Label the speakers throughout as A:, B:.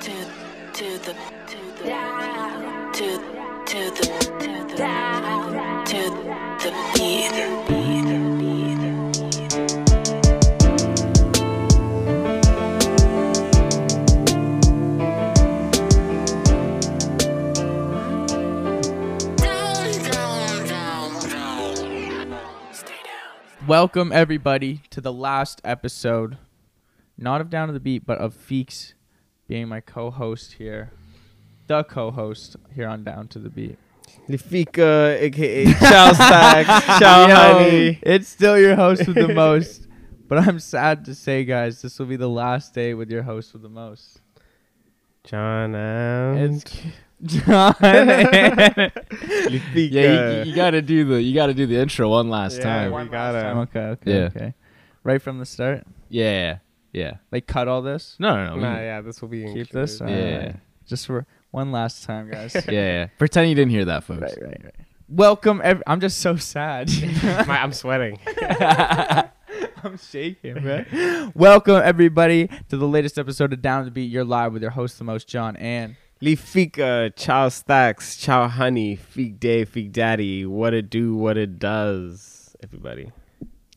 A: to to the to the to to the to the to the beat.
B: Welcome everybody to the last episode, not of Down to the Beat, but of Feeks being my co-host here, the co-host here on Down to the Beat.
C: Lefika, aka Chow Stacks, Chow
B: Yo,
C: Honey.
B: it's still your host with the most, but I'm sad to say, guys, this will be the last day with your host with the most.
C: John and
B: It's John. and-
C: Lefika.
D: Yeah, you, you gotta do the you gotta do the intro one last
C: Yeah,
D: time.
C: we
B: One last
C: gotta-
B: time, Okay, okay,
D: Yeah.
B: okay. Right from the start,
D: Yeah, yeah.
B: like cut all this.
D: No, no, no. we-
C: Nah, yeah, this will be
B: Keep this.
C: introduced.
D: Yeah.
B: Alright. Just for one last time, guys.
D: yeah, yeah. Pretend you didn't hear that, folks.
B: Right, right, right. Welcome, ev- I'm just so sad.
C: My- I'm sweating.
B: I'm shaking, bro. Welcome everybody to the latest episode of Down to Beat. You're live with your host, the most John, and
C: Lefika, Chow Stacks, Chow Honey, Feek Day, Feek Daddy. What it do, what it does. Everybody.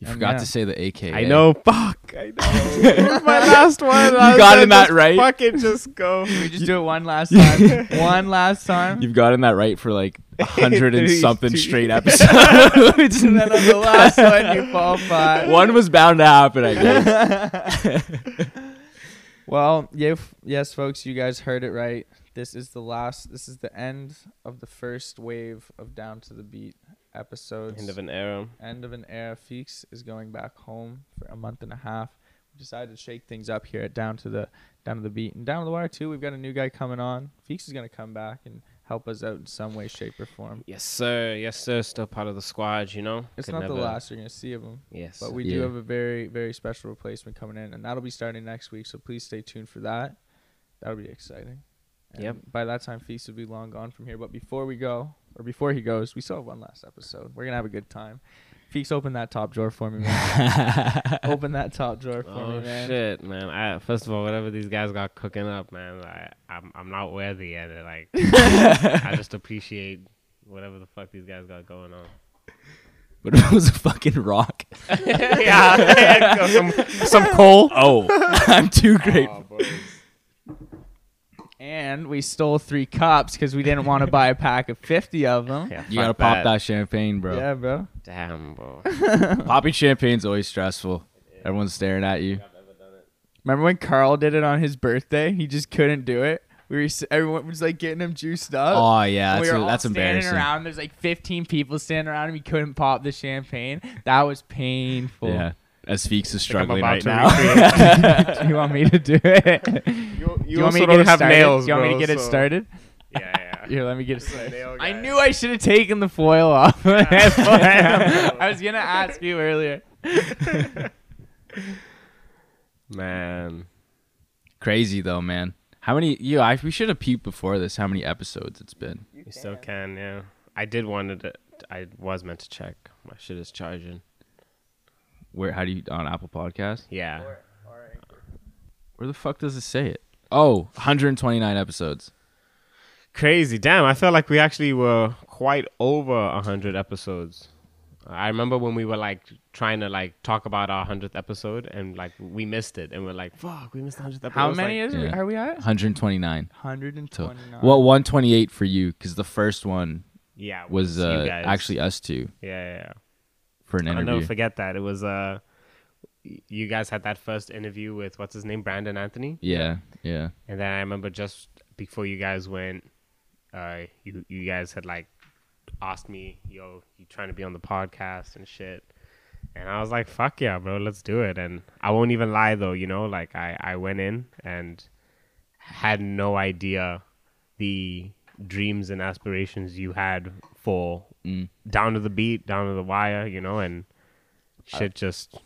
D: You
B: Um,
D: forgot
B: yeah.
D: to say the AKA.
C: I know. Fuck. I know. My last one. You
D: gotten that right?
C: Fucking just go.
B: we just do it one last time. one last time.
D: You've gotten that right for like a hundred and
C: These
D: something
C: two-
D: straight episodes.
B: and then on the last one, you fall flat.
D: one was bound to happen, I guess.
B: Well, yeah, f- yes, folks, you guys heard it right. This is the last. This is the end of the first wave of Down to the Beat episodes.
C: End of an era.
B: end of an era. Feeks is going back home for a month and a half. We decided to shake things up here at down to the down to the beat and down to the wire too. We've got a new guy coming on. Feeks is gonna come back and help us out in some way, shape, or form.
C: Yes, sir. Yes, sir. Still part of the squad, you know?
B: It's
C: Could
B: not the
C: never-
B: last you're gonna see of him,
C: Yes.
B: but we do
D: Yeah.
B: have a very very special replacement coming in, and that'll be starting next week. So please stay tuned for that. That'll be exciting. And
C: Yep.
B: By that time, Feeks will be long gone from here. But before we go, or before he goes, we still have one last episode. We're gonna have a good time. Feeks, open that top drawer for me, man. open that top drawer for
C: Oh
B: me, man.
C: shit, man! I, first of all, whatever these guys got cooking up, man, I, I'm I'm not worthy at it. Like, I just appreciate whatever the fuck these guys got going on.
D: but it was a fucking rock.
C: yeah, some, some
D: Coal. Oh, I'm too grateful.
B: And we stole three cups because we didn't want to buy a pack of 50 of them.
C: Yeah,
D: you gotta
C: fuck
D: pop that, champagne, bro.
B: Yeah, bro.
C: Damn, bro.
D: Popping champagne's always stressful. Everyone's staring at you.
B: Remember when Carl did it on his birthday? He just couldn't do it. We were, s- everyone was like getting him juiced up.
D: Oh yeah,
B: And
D: that's,
B: we were all
D: that's
B: standing
D: embarrassing.
B: around. There's like 15 people standing around him. He couldn't pop the champagne. That was painful.
D: Yeah, as Feeks is
C: I'm
D: struggling
C: about
D: right
C: to
D: now.
B: do you want me to do it? do
C: You,
B: you want me to get it started? do you want me to get it started?
C: Yeah, yeah.
B: Here, let me get it started.
C: nail
B: I
C: guy.
B: knew I should have taken the foil off. That's what I I was gonna ask you earlier.
C: Man,
D: Crazy though, man. How many? You, I, we should have peeped before this. How many episodes it's been?
C: you still can, yeah. I did wanted to. I was meant to check. My shit is charging.
D: Where? How do you on Apple Podcast?
C: Yeah.
D: Where the fuck does it say it? Oh, 129 episodes.
C: Crazy. Damn, I felt like we actually were quite over 100 episodes. I remember when we were like trying to like talk about our 100th episode and like we missed it and we're like, fuck, we missed the 100th episode.
B: How
C: It's
B: many
C: like,
B: is we-
D: Yeah.
B: are we at?
D: 129. So,
B: 129.
D: well, 128 for you because the first one
C: yeah, it
D: was
C: you
D: uh,
C: guys.
D: actually us two
C: Yeah, yeah,
D: for an
C: yeah. I'll
D: interview.
C: never forget that. It was, uh, y- you guys had that first interview with what's his name, Brandon Anthony.
D: yeah, yeah.
C: And then I remember just before you guys went, uh, you you guys had like asked me, "Yo, you trying to be on the podcast and shit?" And I was like, "Fuck yeah, bro, let's do it." And I won't even lie though, you know, like I I went in and had no idea the dreams and aspirations you had for down to the beat, down to the wire, you know, and shit just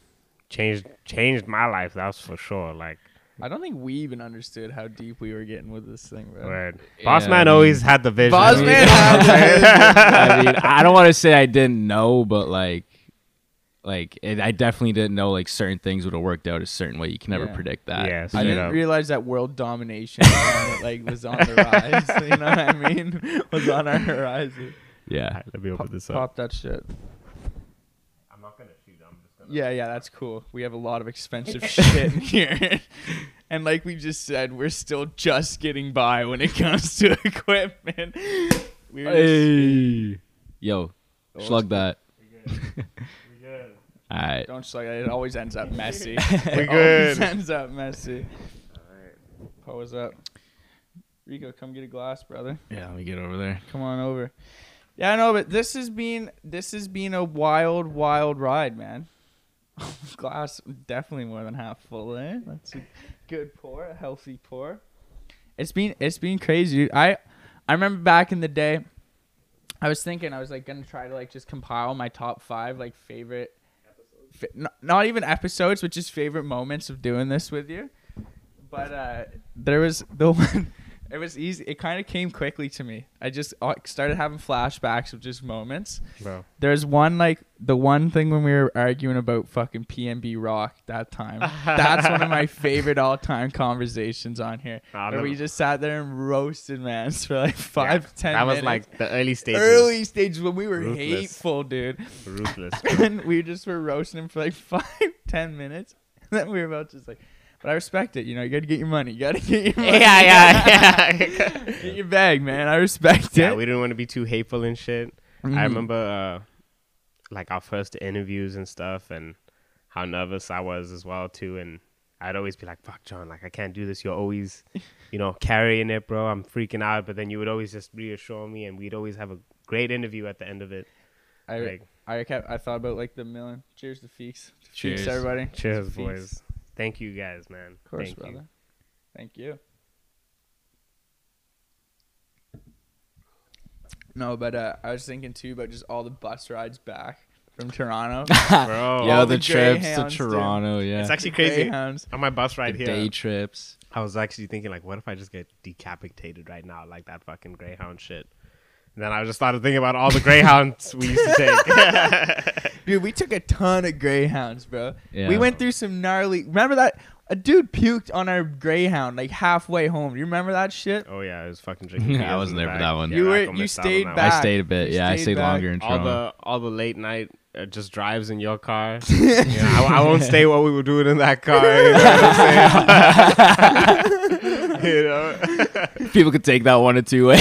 C: changed changed my life. That's for sure. Like
B: I don't think we even understood how deep we were getting with this thing, bro.
C: Word.
D: Yeah,
C: Boss
D: I
C: man
D: mean-
C: always had the vision.
B: Boss man had the
D: I mean, I don't want to say I didn't know, but like, like it, I definitely didn't know like certain things would have worked out a certain way. You can never
B: Yeah.
D: predict that.
C: Yeah,
B: I
C: Straight
B: didn't
C: up.
B: realize that world domination um, like was on the rise. You know what I mean? Was on our horizon.
D: yeah.
C: let me open this up.
B: Pop that shit.
C: I'm not gonna shoot. I'm just gonna.
B: Yeah, yeah, that's cool. We have a lot of expensive shit in here. And like we just said, we're still just getting by when it comes to equipment. We were just-
D: Hey. Yo,
B: Oh,
D: slug that.
C: We good.
D: All right.
B: Don't slug it. It always ends up messy.
C: We
B: it always
C: good.
B: ends up messy. Pose up. Rico, come get a glass, brother.
D: Yeah, let me get over there.
B: Come on over. Yeah, I know, but this has been this has been a wild, wild ride, man. Glass definitely more than half full, eh? That's a good pour, a healthy pour. It's been it's been crazy, dude. I I remember back in the day, I was thinking I was like gonna try to like just compile my top five like favorite, fa- n- not even episodes, but just favorite moments of doing this with you. But uh, there was the one. It was easy. It kind of came quickly to me. I just uh, started having flashbacks of just moments.
C: Bro,
B: There's one like the one thing when we were arguing about fucking PNB Rock that time. That's one of my favorite all time conversations on here.
C: Nah,
B: where we
C: never-
B: just sat there and roasted mans for like five, ten.
C: that was
B: minutes.
C: like the early stages.
B: early stages when we were
C: Ruthless.
B: hateful, dude.
C: Ruthless.
B: and we just were roasting him for like five, ten minutes. And then we were both just like, but I respect it. You know, you got to get your money. You got to get your money.
C: yeah, yeah.
B: Get your bag, man. I respect
C: yeah,
B: it.
C: we didn't want to be too hateful and shit.
B: Mhm.
C: I remember uh, like our first interviews and stuff, and how nervous I was as well too. And I'd always be like, "Fuck, John, like I can't do this. You're always, you know, carrying it, bro. I'm freaking out." But then you would always just reassure me, and we'd always have a great interview at the end of it.
B: I,
C: Like,
B: I kept, I thought about like the million. Cheers to Feeks. To Feeks,
D: Cheers.
B: everybody.
C: cheers,
B: To Feeks.
C: boys. Thank you guys, man.
B: Of course,
C: Thank you.
B: brother. Thank you. No, but uh, I was thinking too about just all the bus rides back from Toronto.
C: Bro,
D: Yo,
B: Oh, All
D: the,
B: the
D: trips to
B: Greyhounds, dude.
D: Toronto. Yeah.
C: it's actually crazy.
B: Greyhounds.
C: On my bus ride
D: the
C: here,
D: uh, day trips.
C: I was actually thinking like, what if I just get decapitated right now, like that fucking greyhound shit. And then I just started thinking about all the greyhounds we used to take.
B: Dude, we took a ton of greyhounds, bro.
D: Yeah.
B: We went through some gnarly. Remember that a dude puked on our greyhound like halfway home. Do you remember that shit?
C: oh yeah, I was fucking drinking.
D: I
C: beers in
D: wasn't
C: the
D: there for
C: back.
D: that one.
C: Yeah,
B: You were-
C: Rocco
B: you
C: missed out
B: stayed
C: on that
B: back.
D: I stayed a bit.
B: You
D: yeah, I
B: stayed
D: stayed
B: back.
D: longer in
C: one. All
D: Toronto.
C: the all the late night uh, just drives in your car. Yeah, I, I won't stay what we were doing in that car. You know what I'm saying? You know?
D: People could take that one or two ways.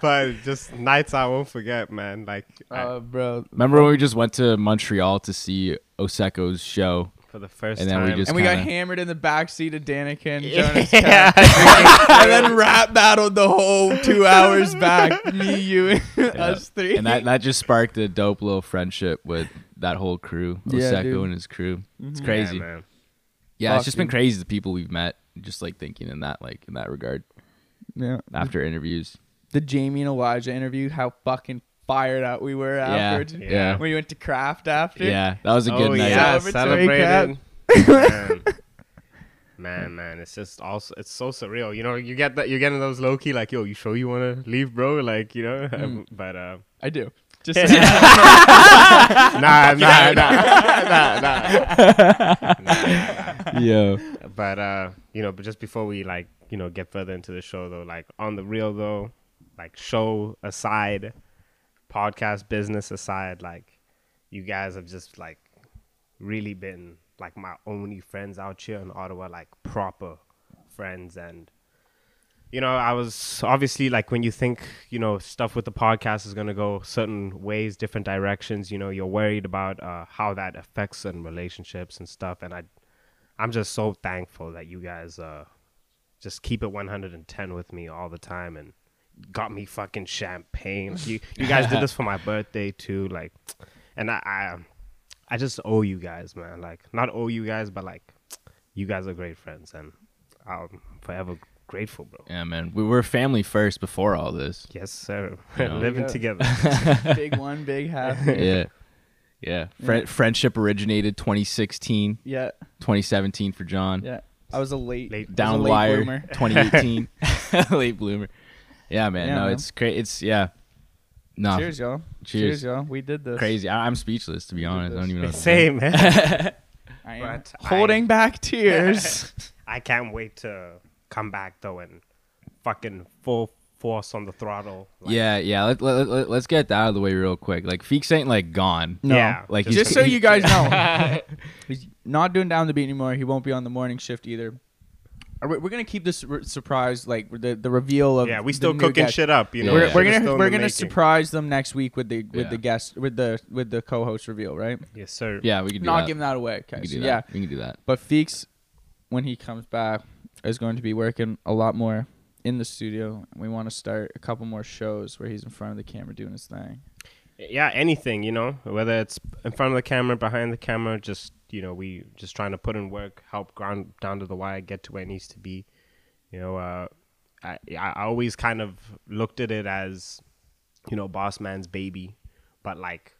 C: but just nights I won't forget, man. Like I-
B: Uh, bro.
D: Remember when we just went to Montreal to see Oseko's show?
C: for the first
D: and
C: time.
D: then we just-
B: And we got
D: kinda-
B: hammered in the backseat of Danikin, Jonas
C: Yeah.
B: Cat, and then rap battled the whole two hours back. Me, you, and us three.
D: And that, that just sparked a dope little friendship with that whole crew,
B: Yeah,
D: Oseko
B: dude. Mm-hmm.
D: and his crew. It's
C: Yeah,
D: crazy. Yeah,
C: man.
D: it's
B: Fuck,
D: just been
B: dude.
D: crazy the people we've met. Just like thinking in that like in that regard
B: yeah.
D: after interviews.
B: the Jamie and Elijah interview, how fucking fired out we were afterwards.
D: Yeah,
C: Yeah.
D: yeah,
B: We went to craft after.
D: yeah. That
C: Oh,
D: was a good night.
B: Oh, yeah.
C: celebrated.
B: Celebratory
C: man. man, man, it's just also it's so surreal. You know, you get that you're getting those low key like, yo, you sure you want to leave, bro? Like, you know, but uh,
B: I do. Just
C: nah, nah, nah, nah, nah,
D: Yo,
C: But uh, you know, but just before we like, you know, get further into the show though, like on the real though, like show aside, podcast business aside, like you guys have just like really been like my only friends out here in Ottawa, like proper friends and you know, I was obviously like when you think, you know, stuff with the podcast is going to go certain ways, different directions, you know, you're worried about uh, how that affects certain relationships and stuff. And I, I'm just so thankful that you guys uh, just keep it 110 with me all the time and got me fucking champagne. You, you guys did this for my birthday too. Like, and I, I, I just owe you guys, man. Like, not owe you guys, but like, you guys are great friends and I'm forever grateful, bro.
D: yeah, man. We were family first before all this.
C: Yes, sir.
D: know?
C: Living
B: Yeah.
C: together.
B: big one, big half.
D: Yeah, yeah. Fri friendship originated 2016,
B: Yeah,
D: 2017 for John.
B: yeah. I was a late,
C: Late-
B: was a
D: down
B: late
D: wire
B: bloomer.
D: 2018 late bloomer yeah man
B: Yeah,
D: no
B: man.
D: it's great it's yeah No,
B: Cheers, y'all.
D: Cheers.
B: Cheers, y'all. We did this.
D: crazy. I, I'm speechless to be honest. I don't even know. what to say.
C: Same, man.
B: I am
C: But I-
B: holding back tears.
C: I can't wait to come back though and fucking full force on the throttle. like-
D: yeah, yeah. Let, let, let, let's get that out of the way real quick. Like Feeks ain't like gone.
B: No.
C: Yeah.
D: Like he's
B: Just so you guys know, he's not doing down the beat anymore. He won't be on the morning shift either. Are we- We're gonna keep this r- surprise, like the the reveal of
C: Yeah,
B: the
C: we still
B: new
C: cooking
B: guest.
C: shit up, you know.
B: We're,
D: Yeah.
B: we're
C: Shit is still
B: gonna
C: in
B: we're
C: the
B: gonna
C: making.
B: surprise them next week with the with
D: Yeah.
B: the guest with the with the co-host reveal, right?
C: Yes, sir.
D: Yeah, we could do
B: Not
D: that.
B: giving that away.
D: we
B: Okay,
D: could
B: so
D: do that.
B: yeah,
D: we can do that.
B: but Feeks, when he comes back, is going to be working a lot more in the studio. We want to start a couple more shows where he's in front of the camera doing his thing.
C: Yeah, anything, you know, whether it's in front of the camera, behind the camera, just you know, we just trying to put in work, help ground down to the wire, get to where it needs to be. You know, uh, I I always kind of looked at it as, you know, boss man's baby, but like,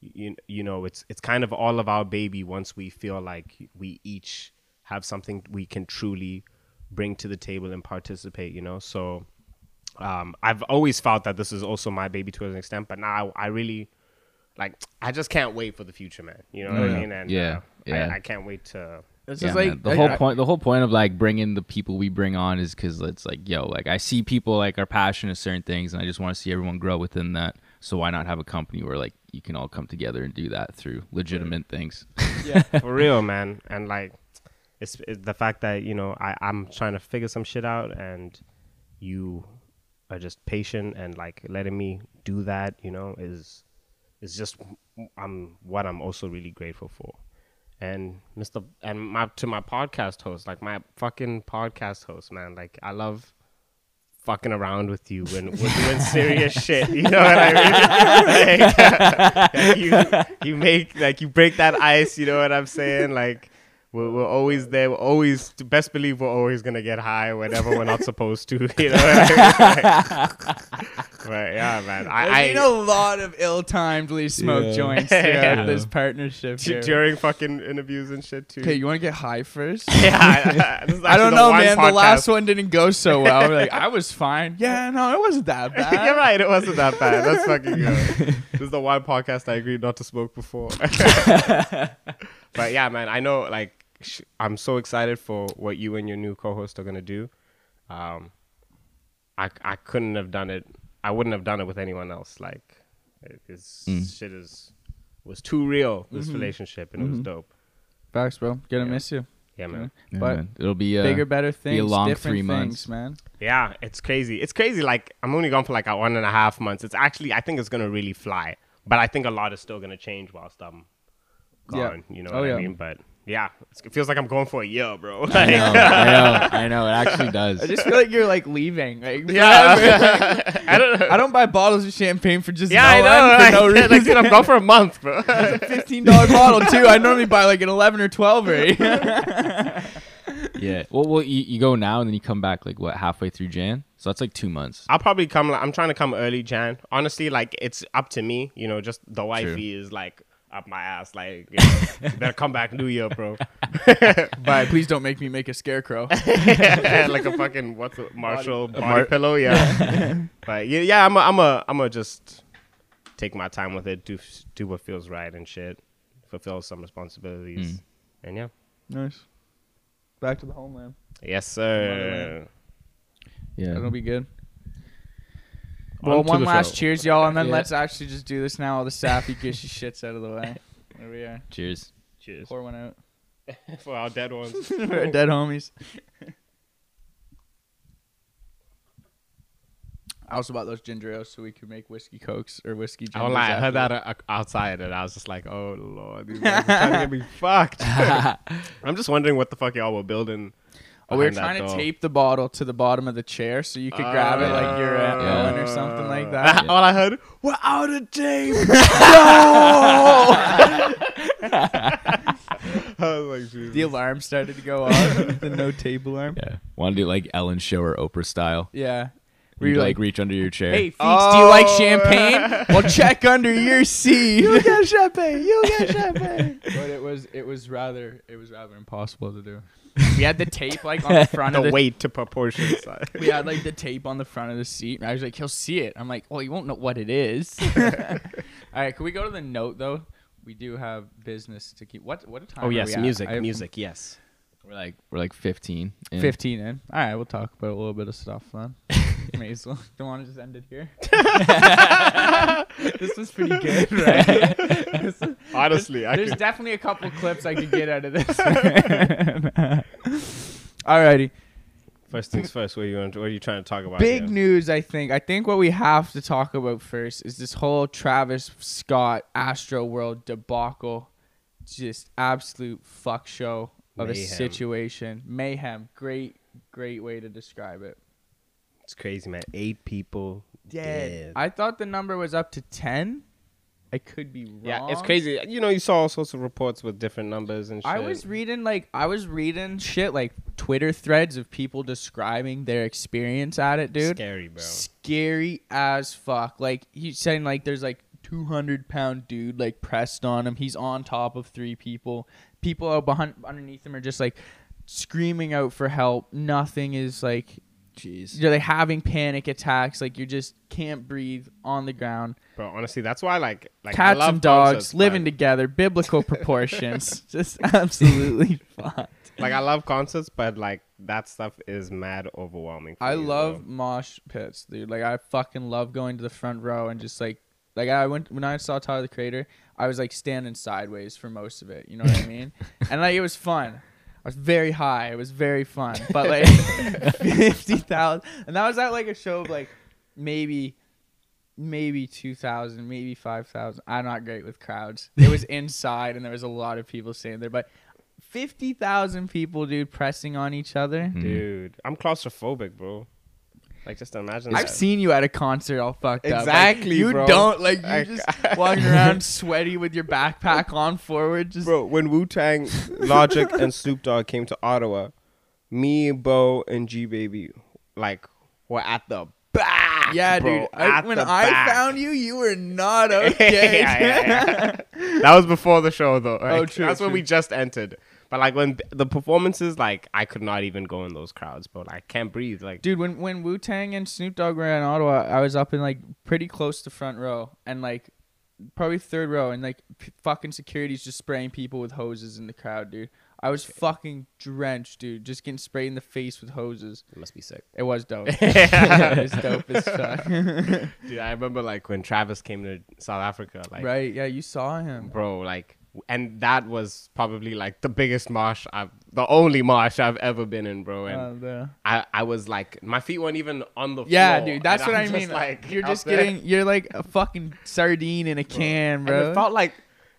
C: you you know, it's it's kind of all of our baby once we feel like we each have something we can truly bring to the table and participate. You know, so um, I've always felt that this is also my baby to an extent, but now I, I really like I just can't wait for the future, man. You know what I
B: Yeah.
C: mean? And
D: Mm.
C: uh,
D: Yeah,
C: I-
D: yeah.
C: I, can't wait to.
B: This
D: Yeah,
B: is
D: man.
B: like
D: the whole point. The whole point of like bringing the people we bring on is because it's like, yo, like I see people like are passionate about certain things, and I just want to see everyone grow within that. So why not have a company where like you can all come together and do that through legitimate things?
C: for real, man. And like, it's, it's the fact that you know I I'm trying to figure some shit out, and you are just patient and like letting me do that. You know, is is just I'm what I'm also really grateful for. And Mr. and my to my podcast host, like my fucking podcast host, man. Like I love fucking around with you when we're doing serious shit. You know what I mean? Like, like, you you make like you break that ice. You know what I'm saying? Like we're, we're always there. We're always best believe we're always gonna get high whenever we're not supposed to. You know? What I mean? Like- but yeah, man. I, I
B: There's been a lot of ill-timed smoke
D: Yeah.
B: joints throughout
D: Yeah.
B: this partnership.
C: d-
B: Here.
C: during fucking interviews and shit too.
B: Okay, you want to get high first?
C: yeah, I- this is
B: I don't
C: actually the
B: know,
C: one
B: man. The last
C: podcast-
B: one didn't go so well. Like I was fine. Yeah, no, it wasn't that bad.
C: You're right. It wasn't that bad. That's fucking good. this is the one podcast I agreed not to smoke before. but yeah, man, I know. Like, sh- I'm so excited for what you and your new co-host are gonna do. Um, I I couldn't have done it. I wouldn't have done it with anyone else. Like, it- it's shit is was too real. This relationship and it was dope.
B: Facts, bro. Gonna
C: Yeah.
B: miss you.
C: Yeah, man.
D: Yeah,
B: But
D: man. it'll be uh,
B: Bigger, better things.
D: long
B: different
D: three
B: things,
D: months.
B: man.
C: Yeah, it's crazy. It's crazy. Like I'm only gone for like a one and a half months. It's actually I think it's gonna really fly, but I think a lot is still gonna change whilst I'm
B: Yeah.
C: gone. You know
B: Oh,
C: what
B: yeah.
C: I mean? But yeah, it's, it feels like I'm going for a year, bro.
D: I
C: Like,
D: know, I know, I know. It actually does.
B: I just feel like you're like leaving. Like,
C: yeah, I don't know.
B: I don't buy bottles of champagne for just
C: Yeah,
B: no end,
C: I know.
B: for
C: Like,
B: no
C: like, dude,
B: reason.
C: I'm gone for a month, bro.
B: Fifteen dollar bottle too. I normally buy like an eleven or twelve. Right?
D: yeah. Well, well, you, you go now and then you come back like what halfway through Jan, so that's like two months.
C: I'll probably come. Like, I'm trying to come early, Jan. Honestly, like it's up to me. You know, just the wifey is like up my ass. Like, you, know, you better come back New Year, bro.
B: but please don't make me make a scarecrow.
C: like a fucking what's a Marshall body, pillow, yeah. but yeah, yeah, I'm a, I'm a, I'm a just take my time with it, do do what feels right and shit, fulfill some responsibilities, and yeah,
B: nice. Back to the homeland.
C: yes sir.
D: Yeah.
B: It'll be good.
C: On
B: Well,
C: to
B: one
C: the
B: last
C: show.
B: cheers, y'all, and then
D: Yeah.
B: let's actually just do this now. All the sappy, gushy shits out of the way. There we are.
D: Cheers.
C: Cheers
B: Pour one out
C: for our dead ones.
B: for our dead homies. I also bought those ginger ales so we could make whiskey cokes or whiskey.
C: I don't
B: gingers
C: lie, I
B: after
C: heard that uh, outside, and I was just like, oh lord, these guys are trying to get me fucked. I'm just wondering what the fuck y'all were building.
B: Oh, we were
C: behind
B: trying
C: that
B: to
C: door.
B: tape the bottle to the bottom of the chair so you could grab it like you're
C: Oh,
B: at
D: Yeah.
B: Ellen or something like that.
C: All I heard, we're out of tape. no! I was like, Jesus.
B: The alarm started to go off, the no tape alarm.
D: Yeah. Want to do like Ellen Show or Oprah style?
B: Yeah. Were you
D: you
B: like-
D: like reach under your chair.
B: Hey, Feeks, do you
C: Oh.
B: like champagne? well, check under your seat.
C: get champagne. You get champagne.
B: but it was it was rather it was rather impossible to do. We had the tape like on the front of
C: the
B: the
C: weight to proportion side.
B: we had like the tape on the front of the seat, and I was like, he'll see it. I'm like, well, he won't know what it is. All right, can we go to the note though? We do have business to keep. What what time?
C: Oh
B: are
C: yes,
B: we at?
C: music,
B: I-
C: music, yes.
D: We're like we're like 15. in.
B: Fifteen in. All right, we'll talk about a little bit of stuff then. May as well. Don't want to just end it here. this was pretty good, right? This was-
C: Honestly, I
B: There's
C: could.
B: definitely a couple clips I could get out of this. Alrighty.
C: First things first. What are you want, what are you trying to talk about?
B: Big
C: here?
B: news, I think. I think what we have to talk about first is this whole Travis Scott Astro World debacle. Just absolute fuck show of a
C: Mayhem.
B: situation. Mayhem. Great, great way to describe it.
C: It's crazy, man. Eight people dead.
B: I thought the number was up to 10. I could be wrong.
C: yeah, it's crazy. You know, you saw all sorts of reports with different numbers and shit.
B: I was reading like I was reading shit like Twitter threads of people describing their experience at it, dude.
C: Scary, bro.
B: Scary as fuck. Like he's saying like there's like 200 pound dude like pressed on him. He's on top of three people. People are behind underneath him are just like screaming out for help. Nothing is like
D: Jeez.
B: you're like having panic attacks. Like you just can't breathe on the ground.
C: Bro, honestly, that's why like like I
B: Cats
C: love
B: and dogs
C: concerts,
B: living
C: but-
B: together, biblical proportions. just absolutely fucked.
C: Like I love concerts, but like that stuff is mad overwhelming. for
B: I
C: me,
B: love
C: bro.
B: mosh pits, dude. Like I fucking love going to the front row and just like like I went when I saw Tyler the Creator, I was like standing sideways for most of it. You know what I mean? and like it was fun. I was very high. It was very fun. But like fifty thousand, and that was at like a show of like maybe maybe 2000 maybe 5000 i'm not great with crowds it was inside and there was a lot of people standing there but 50000 people dude pressing on each other
C: Mm-hmm. Mm. dude. I'm claustrophobic, bro. Like just imagine.
B: I've
C: that.
B: seen you at a concert all fucked up. Like,
C: Exactly,
B: you
C: bro.
B: don't like you
C: Like-
B: just walking around sweaty with your backpack on forward. Just
C: Bro, when Wu Tang, Logic, and Snoop Dogg came to Ottawa, me, Bo, and G Baby, like, were at the back.
B: yeah,
C: bro,
B: dude. I,
C: at
B: when
C: the
B: I
C: back.
B: found you, you were not okay.
C: Yeah, yeah, yeah. that was before the show, though.
B: Oh,
C: Like,
B: true,
C: That's when
B: true.
C: we just entered. But like when the performances, like I could not even go in those crowds, bro. Like, I can't breathe. Like,
B: Dude, when when Wu Tang and Snoop Dogg were in Ottawa, I was up in like pretty close to front row and like probably third row, and like p- fucking security's just spraying people with hoses in the crowd, dude. I was fucking drenched, dude. Just getting sprayed in the face with hoses.
C: it must be sick.
B: It was dope. it was dope as fuck.
C: Dude, I remember like when Travis came to South Africa, like,
B: right? Yeah, you saw him.
C: bro, like, and that was probably like the biggest marsh I've, the only marsh I've ever been in, bro. And
B: Uh, the-
C: I, I was like my feet weren't even on the
B: yeah,
C: floor,
B: dude, that's
C: and
B: what
C: I'm
B: I
C: just,
B: mean.
C: like
B: you're
C: out
B: just
C: there.
B: getting, you're like a fucking sardine in a can,
C: And
B: bro.
C: it felt like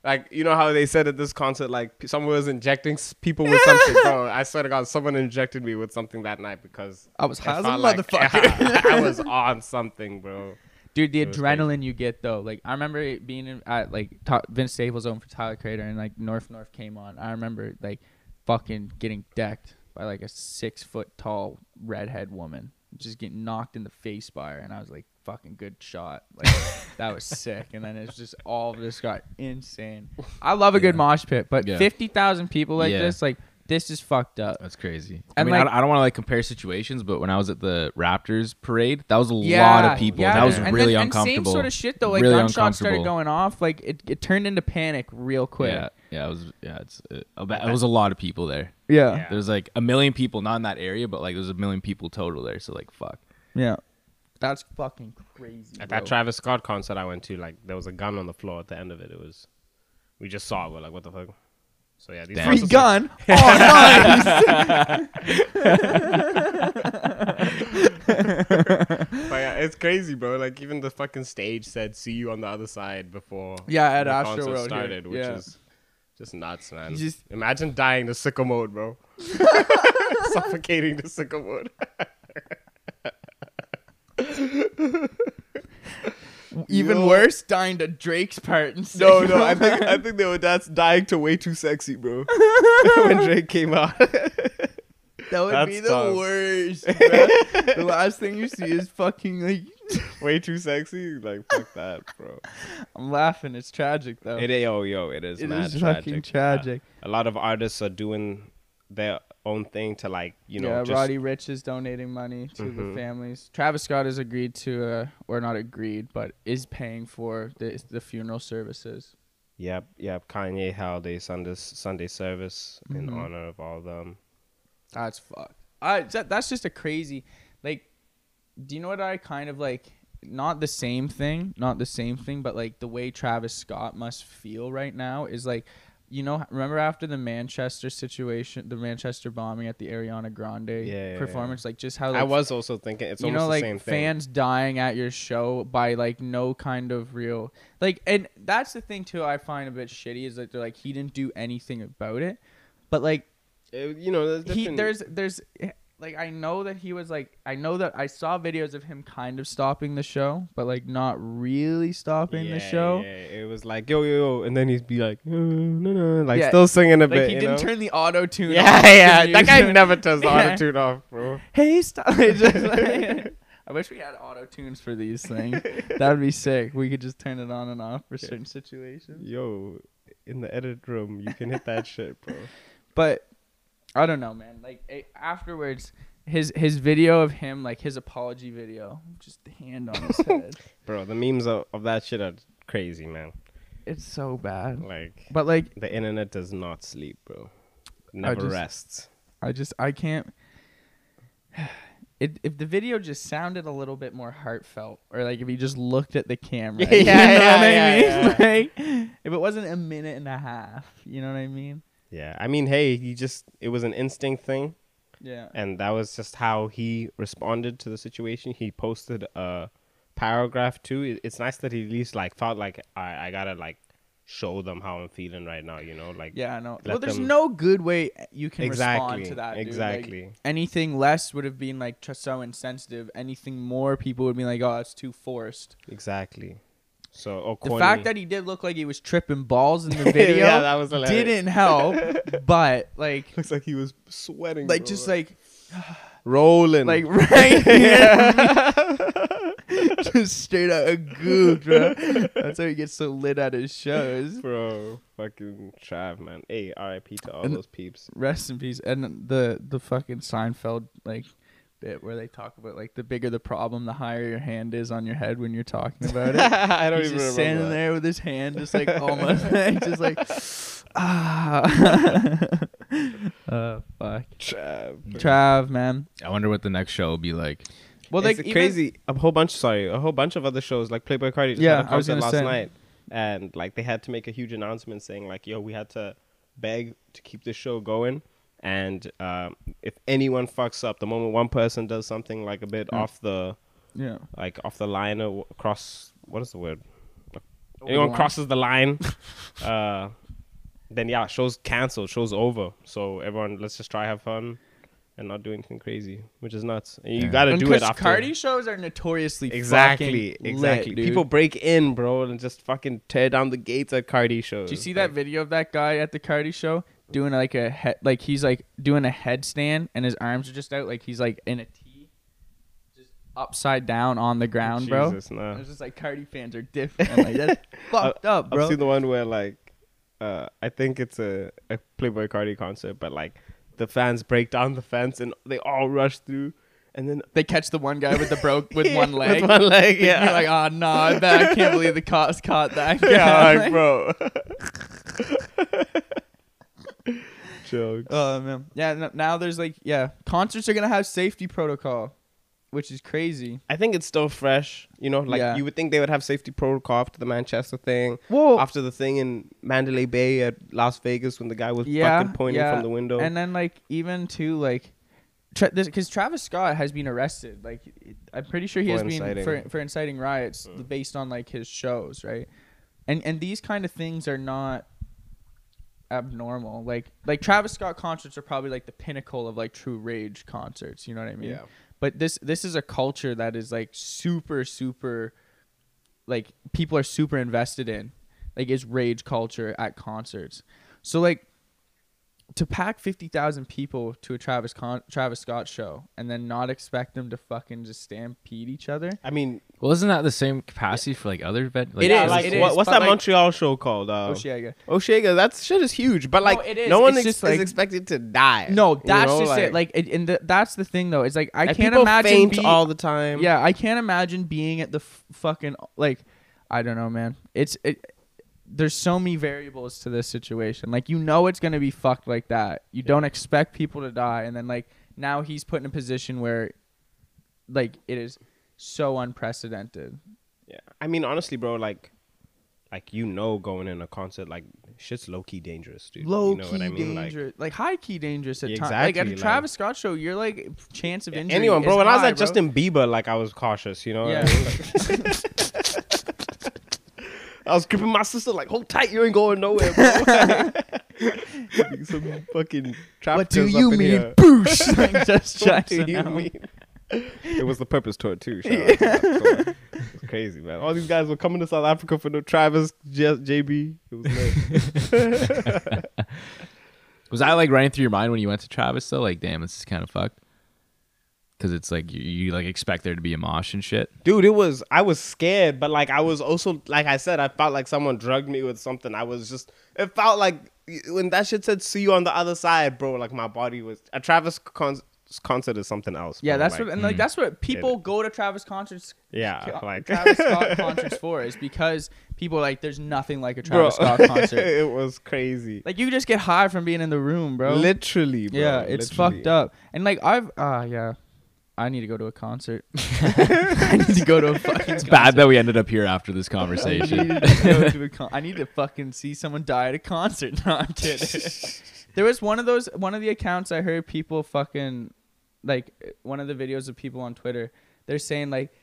C: like you know how they said at this concert like p- someone was injecting s- people with something. Bro, I swear to God, someone injected me with something that night because
B: I was
C: it
B: high as a
C: felt like-
B: motherfucker.
C: I was on something, bro.
B: dude, the
C: it was crazy.
B: adrenaline you get though. Like I remember it being in, at like Ta- Vince Staples Zone for Tyler Crater, and like North North came on. I remember like fucking getting decked by like a six foot tall redhead woman, just getting knocked in the face by her, and I was like, fucking good shot. Like that was sick. And then it's just all of this got insane. I love a good mosh pit, but
D: Yeah.
B: fifty thousand people like
D: Yeah.
B: this, like this is fucked up.
D: That's crazy. I
B: And,
D: mean, I
B: like-
D: don't- I don't want to like compare situations, but when I was at the Raptors parade, that was a
B: yeah,
D: lot of people.
B: yeah,
D: that was
B: and
D: really
B: then, And
D: uncomfortable.
B: same sort of shit though. Like
D: Really
B: gunshots started
D: uncomfortable.
B: going off. Like it, it turned into panic real quick.
D: Yeah, yeah, it was. Yeah, it's. uh, a ba- It was a lot of people there.
B: Yeah.
C: Yeah.
D: There was like a million people, not in that area, but like there was a million people total there. So like, fuck.
B: Yeah. That's fucking crazy.
C: At
B: bro.
C: that Travis Scott concert I went to, like there was a gun on the floor at the end of it. It was we just saw it. We're like, what the fuck? So yeah, these
D: Damn.
B: Free
C: concerts are-
B: gun. Oh, nice.
C: But yeah, it's crazy, bro. Like even the fucking stage said "See you on the other side" before
B: Yeah, at
C: the
B: Astro
C: concert
B: World here.
C: started, which
B: Yeah.
C: is just nuts, man.
B: You just-
C: imagine dying to sickle mode, bro. Suffocating to sickle mode.
B: Even
C: Yo.
B: worse, dying to Drake's part and
C: No, no, I think I think they were that's dying to way too sexy, bro. when Drake came out.
B: That would
C: That's
B: be the
C: tough.
B: worst. bruh. the last thing you see is fucking like.
C: Way too sexy. Like fuck that, bro.
B: I'm laughing. It's tragic though.
C: It yo yo. It is.
B: It
C: mad
B: is fucking tragic.
C: Yeah. A lot of artists are doing their own thing to like you know
B: yeah,
C: just Mm-hmm.
B: Roddy Rich is donating money to the families. Travis Scott has agreed to, uh, or not agreed, but is paying for the, the funeral services.
C: Yep, yep. Kanye held a Sunday Sunday service in
B: Mhm.
C: honor of all of them.
B: That's fucked. I that, that's just a crazy. Like, do you know what I kind of like? Not the same thing, not the same thing, but like the way Travis Scott must feel right now is like, you know, remember after the Manchester situation, the Manchester bombing at the Ariana Grande
C: Yeah, yeah,
B: performance, like just how like,
C: I was also thinking it's
B: you
C: almost
B: know, like
C: the same thing.
B: fans dying at your show by like no kind of real like, and that's the thing too. I find a bit shitty is that they're like he didn't do anything about it, but like
C: It- you know, there's
B: he
C: different-
B: there's there's eh, like I know that he was like I know that I saw videos of him kind of stopping the show, but like not really stopping
C: yeah,
B: the show.
C: Yeah, it was like yo yo, yo, and then he'd be like no no no, like
B: Yeah.
C: still singing a
B: Like
C: bit.
B: he
C: you
B: didn't
C: know?
B: turn the auto tune.
C: Yeah, yeah. That guy never turns the
B: Yeah.
C: attitude off, bro.
B: Hey, stop! It's just like- I wish we had auto tunes for these things. that would be sick. We could just turn it on and off for certain situations.
C: Yo, in the edit room, you can hit that shit, bro.
B: but I don't know, man. Like a afterwards, his his video of him, like his apology video, just the hand on his head.
C: Bro, the memes of, of that shit are crazy, man.
B: It's so bad.
C: Like
B: But like,
C: the internet does not sleep, bro. Never
B: just-
C: rests.
B: I just I can't. It, if the video just sounded a little bit more heartfelt, or like if he just looked at the camera,
C: Yeah,
B: you know
C: yeah,
B: what I mean? Like, if it wasn't a minute and a half, you know what I mean?
C: Yeah, I mean, hey, he just—it was an instinct thing.
B: Yeah.
C: and that was just how he responded to the situation. He posted a paragraph too. It- It's nice that he at least like felt like I, I gotta like show them how I'm feeling right now. You know, like
B: Yeah, I know.
C: Let
B: well, there's
C: them-
B: no good way you can
C: exactly,
B: respond to that. dude. Like,
C: exactly.
B: anything less would have been like tr- so insensitive. Anything more, people would be like, "Oh, it's too forced."
C: Exactly. So or
B: The
C: corny.
B: fact that he did look like he was tripping balls in the video
C: Yeah, that was hilarious.
B: didn't help, but like,
C: looks like he was sweating,
B: like
C: bro.
B: just like
C: rolling,
B: like right here, just straight out a goof, bro. That's how he gets so lit at his shows.
C: bro, fucking Trav, man. Hey, R.I.P. to all
B: And-
C: those peeps.
B: Rest in peace. And the the fucking Seinfeld like bit where they talk about like the bigger the problem, the higher your hand is on your head when you're talking about it.
C: I don't
B: he's
C: even
B: just
C: remember.
B: standing
C: that.
B: there with his hand just like almost just like ah uh fuck
C: Trav.
B: trav man
D: I wonder what the next show will be like.
B: well
C: it's
B: like even-
C: crazy a whole bunch sorry a whole bunch of other shows like playboy cardi just
B: Yeah,
C: had a
B: I was gonna
C: concert last
B: say.
C: night and like they had to make a huge announcement saying like yo we had to beg to keep this show going and um, if anyone fucks up the moment one person does something like a
B: Mm.
C: bit off the
B: yeah
C: like off the line or across what is the word
B: the
C: anyone
B: line.
C: crosses the line uh then yeah show's canceled show's over so everyone let's just try have fun and not do anything crazy which is nuts and you
D: Yeah.
C: gotta
B: and
C: do it
B: 'cause
C: after
B: cardi shows are notoriously
C: Exactly,
B: fucking lit,
C: exactly.
B: dude.
C: People break in, bro, and just fucking tear down the gates at Cardi shows.
B: do you see that video of that guy at the cardi show doing like a head like he's like doing a headstand and his arms are just out like he's like in a t just upside down on the ground bro
C: Jesus, nah.
B: it's just like cardi fans are different like that's fucked up bro
C: I've seen the one where like, uh, I think it's a, a Playboy Cardi concert, but like, the fans break down the fence and they all rush through, and then
B: they catch the one guy with the broke with one
C: With
B: leg.
C: one leg,
B: And
C: yeah,
B: You're like, oh no, I, bet I can't believe the cops caught that guy.
C: yeah, like,
B: Like,
C: bro. Jokes.
B: Oh man, yeah. No, now there's like, yeah, concerts are gonna have safety protocol, which is crazy.
C: I think it's still fresh. You know, like
B: Yeah.
C: you would think they would have safety protocol after the Manchester thing,
B: Well-
C: after the thing in Mandalay Bay at Las Vegas when the guy was
B: Yeah,
C: fucking pointing
B: yeah.
C: from the window.
B: And then like even too like, because Travis Scott has been arrested. Like I'm pretty sure he
C: For
B: has been
C: inciting. Mm.
B: for for inciting riots based on like his shows, right? And and these kind of things are not abnormal. Like like Travis Scott concerts are probably like the pinnacle of like true rage concerts. You know what I mean?
C: Yeah.
B: But this this is a culture that is like super super, like people are super invested in, like is rage culture at concerts. So like to pack 50,000 people to a Travis Con- Travis Scott show and then not expect them to fucking just stampede each other.
C: I mean,
D: Well, isn't that the same capacity for like other events? Like,
C: it
B: yeah,
C: is.
B: like, it
C: What-
B: is,
C: what's
B: but,
C: that
B: like-
C: Montreal show called? Uh,
B: Oshiega.
C: Oshiega. That shit is huge, but like
B: No, it is.
C: no one
B: It's
C: ex-
B: just, like-
C: is expected to die.
B: No,
C: you
B: that's
C: know,
B: just it. Like, it, and the, that's the thing though. It's like I
C: and
B: can't
C: people
B: imagine
C: faint
B: being-
C: all the time.
B: Yeah, I can't imagine being at the f- fucking like, I don't know, man. It's it. There's so many variables to this situation. Like you know it's gonna be fucked like that. You don't expect people to die, and then like now he's put in a position where, like it is so unprecedented.
C: Yeah. I mean, honestly, bro, like, like you know, going in a concert, like, shit's low key dangerous, dude.
B: Low
C: you know
B: key
C: what I mean?
B: dangerous, like, high key dangerous at
C: Yeah,
B: times. Like at
C: exactly,
B: a
C: like-
B: Travis Scott show, you're like chance of
C: Like,
B: injury.
C: anyone, bro.
B: is
C: When I was
B: high,
C: at
B: bro.
C: Justin Bieber, like, I was cautious, you know. what I
B: Yeah.
C: mean? I was gripping my sister, like, hold tight, you ain't going nowhere, bro. Some fucking traffickers up in here.
B: Boosh. like just
C: What do
B: Jackson
C: you
B: out.
C: mean? It was the purpose tour too. Shout out to that tour. It was crazy, man. All these guys were coming to South Africa for no Travis J- JB. It was lit.
D: Was that like running through your mind when you went to Travis though? Like, damn, this is kind of fucked. Because it's like you, you like expect there to be a mosh and shit.
C: dude. It was. I was scared, but like I was also, like I said, I felt like someone drugged me with something. I was just. It felt like when that shit said "see you on the other side," bro. Like my body was a Travis con- concert is something else.
B: Yeah,
C: bro.
B: that's
C: Like, mm,
B: what and like that's what people go to Travis concerts.
C: Yeah,
B: ca-
C: like-
B: Travis Scott concerts for is because people are like there's nothing like a Travis Scott concert.
C: it was crazy.
B: like you just get high from being in the room, bro.
C: Literally, bro.
B: yeah, it's
C: Literally.
B: fucked up. And like I've ah yeah, I need to go to a concert. I need to go to a fucking.
D: It's bad that we ended up here after this conversation.
B: I need to go to a con- I need to fucking see someone die at a concert. No, I'm kidding. there was one of those, one of the accounts I heard people fucking, like, one of the videos of people on Twitter, they're saying, like,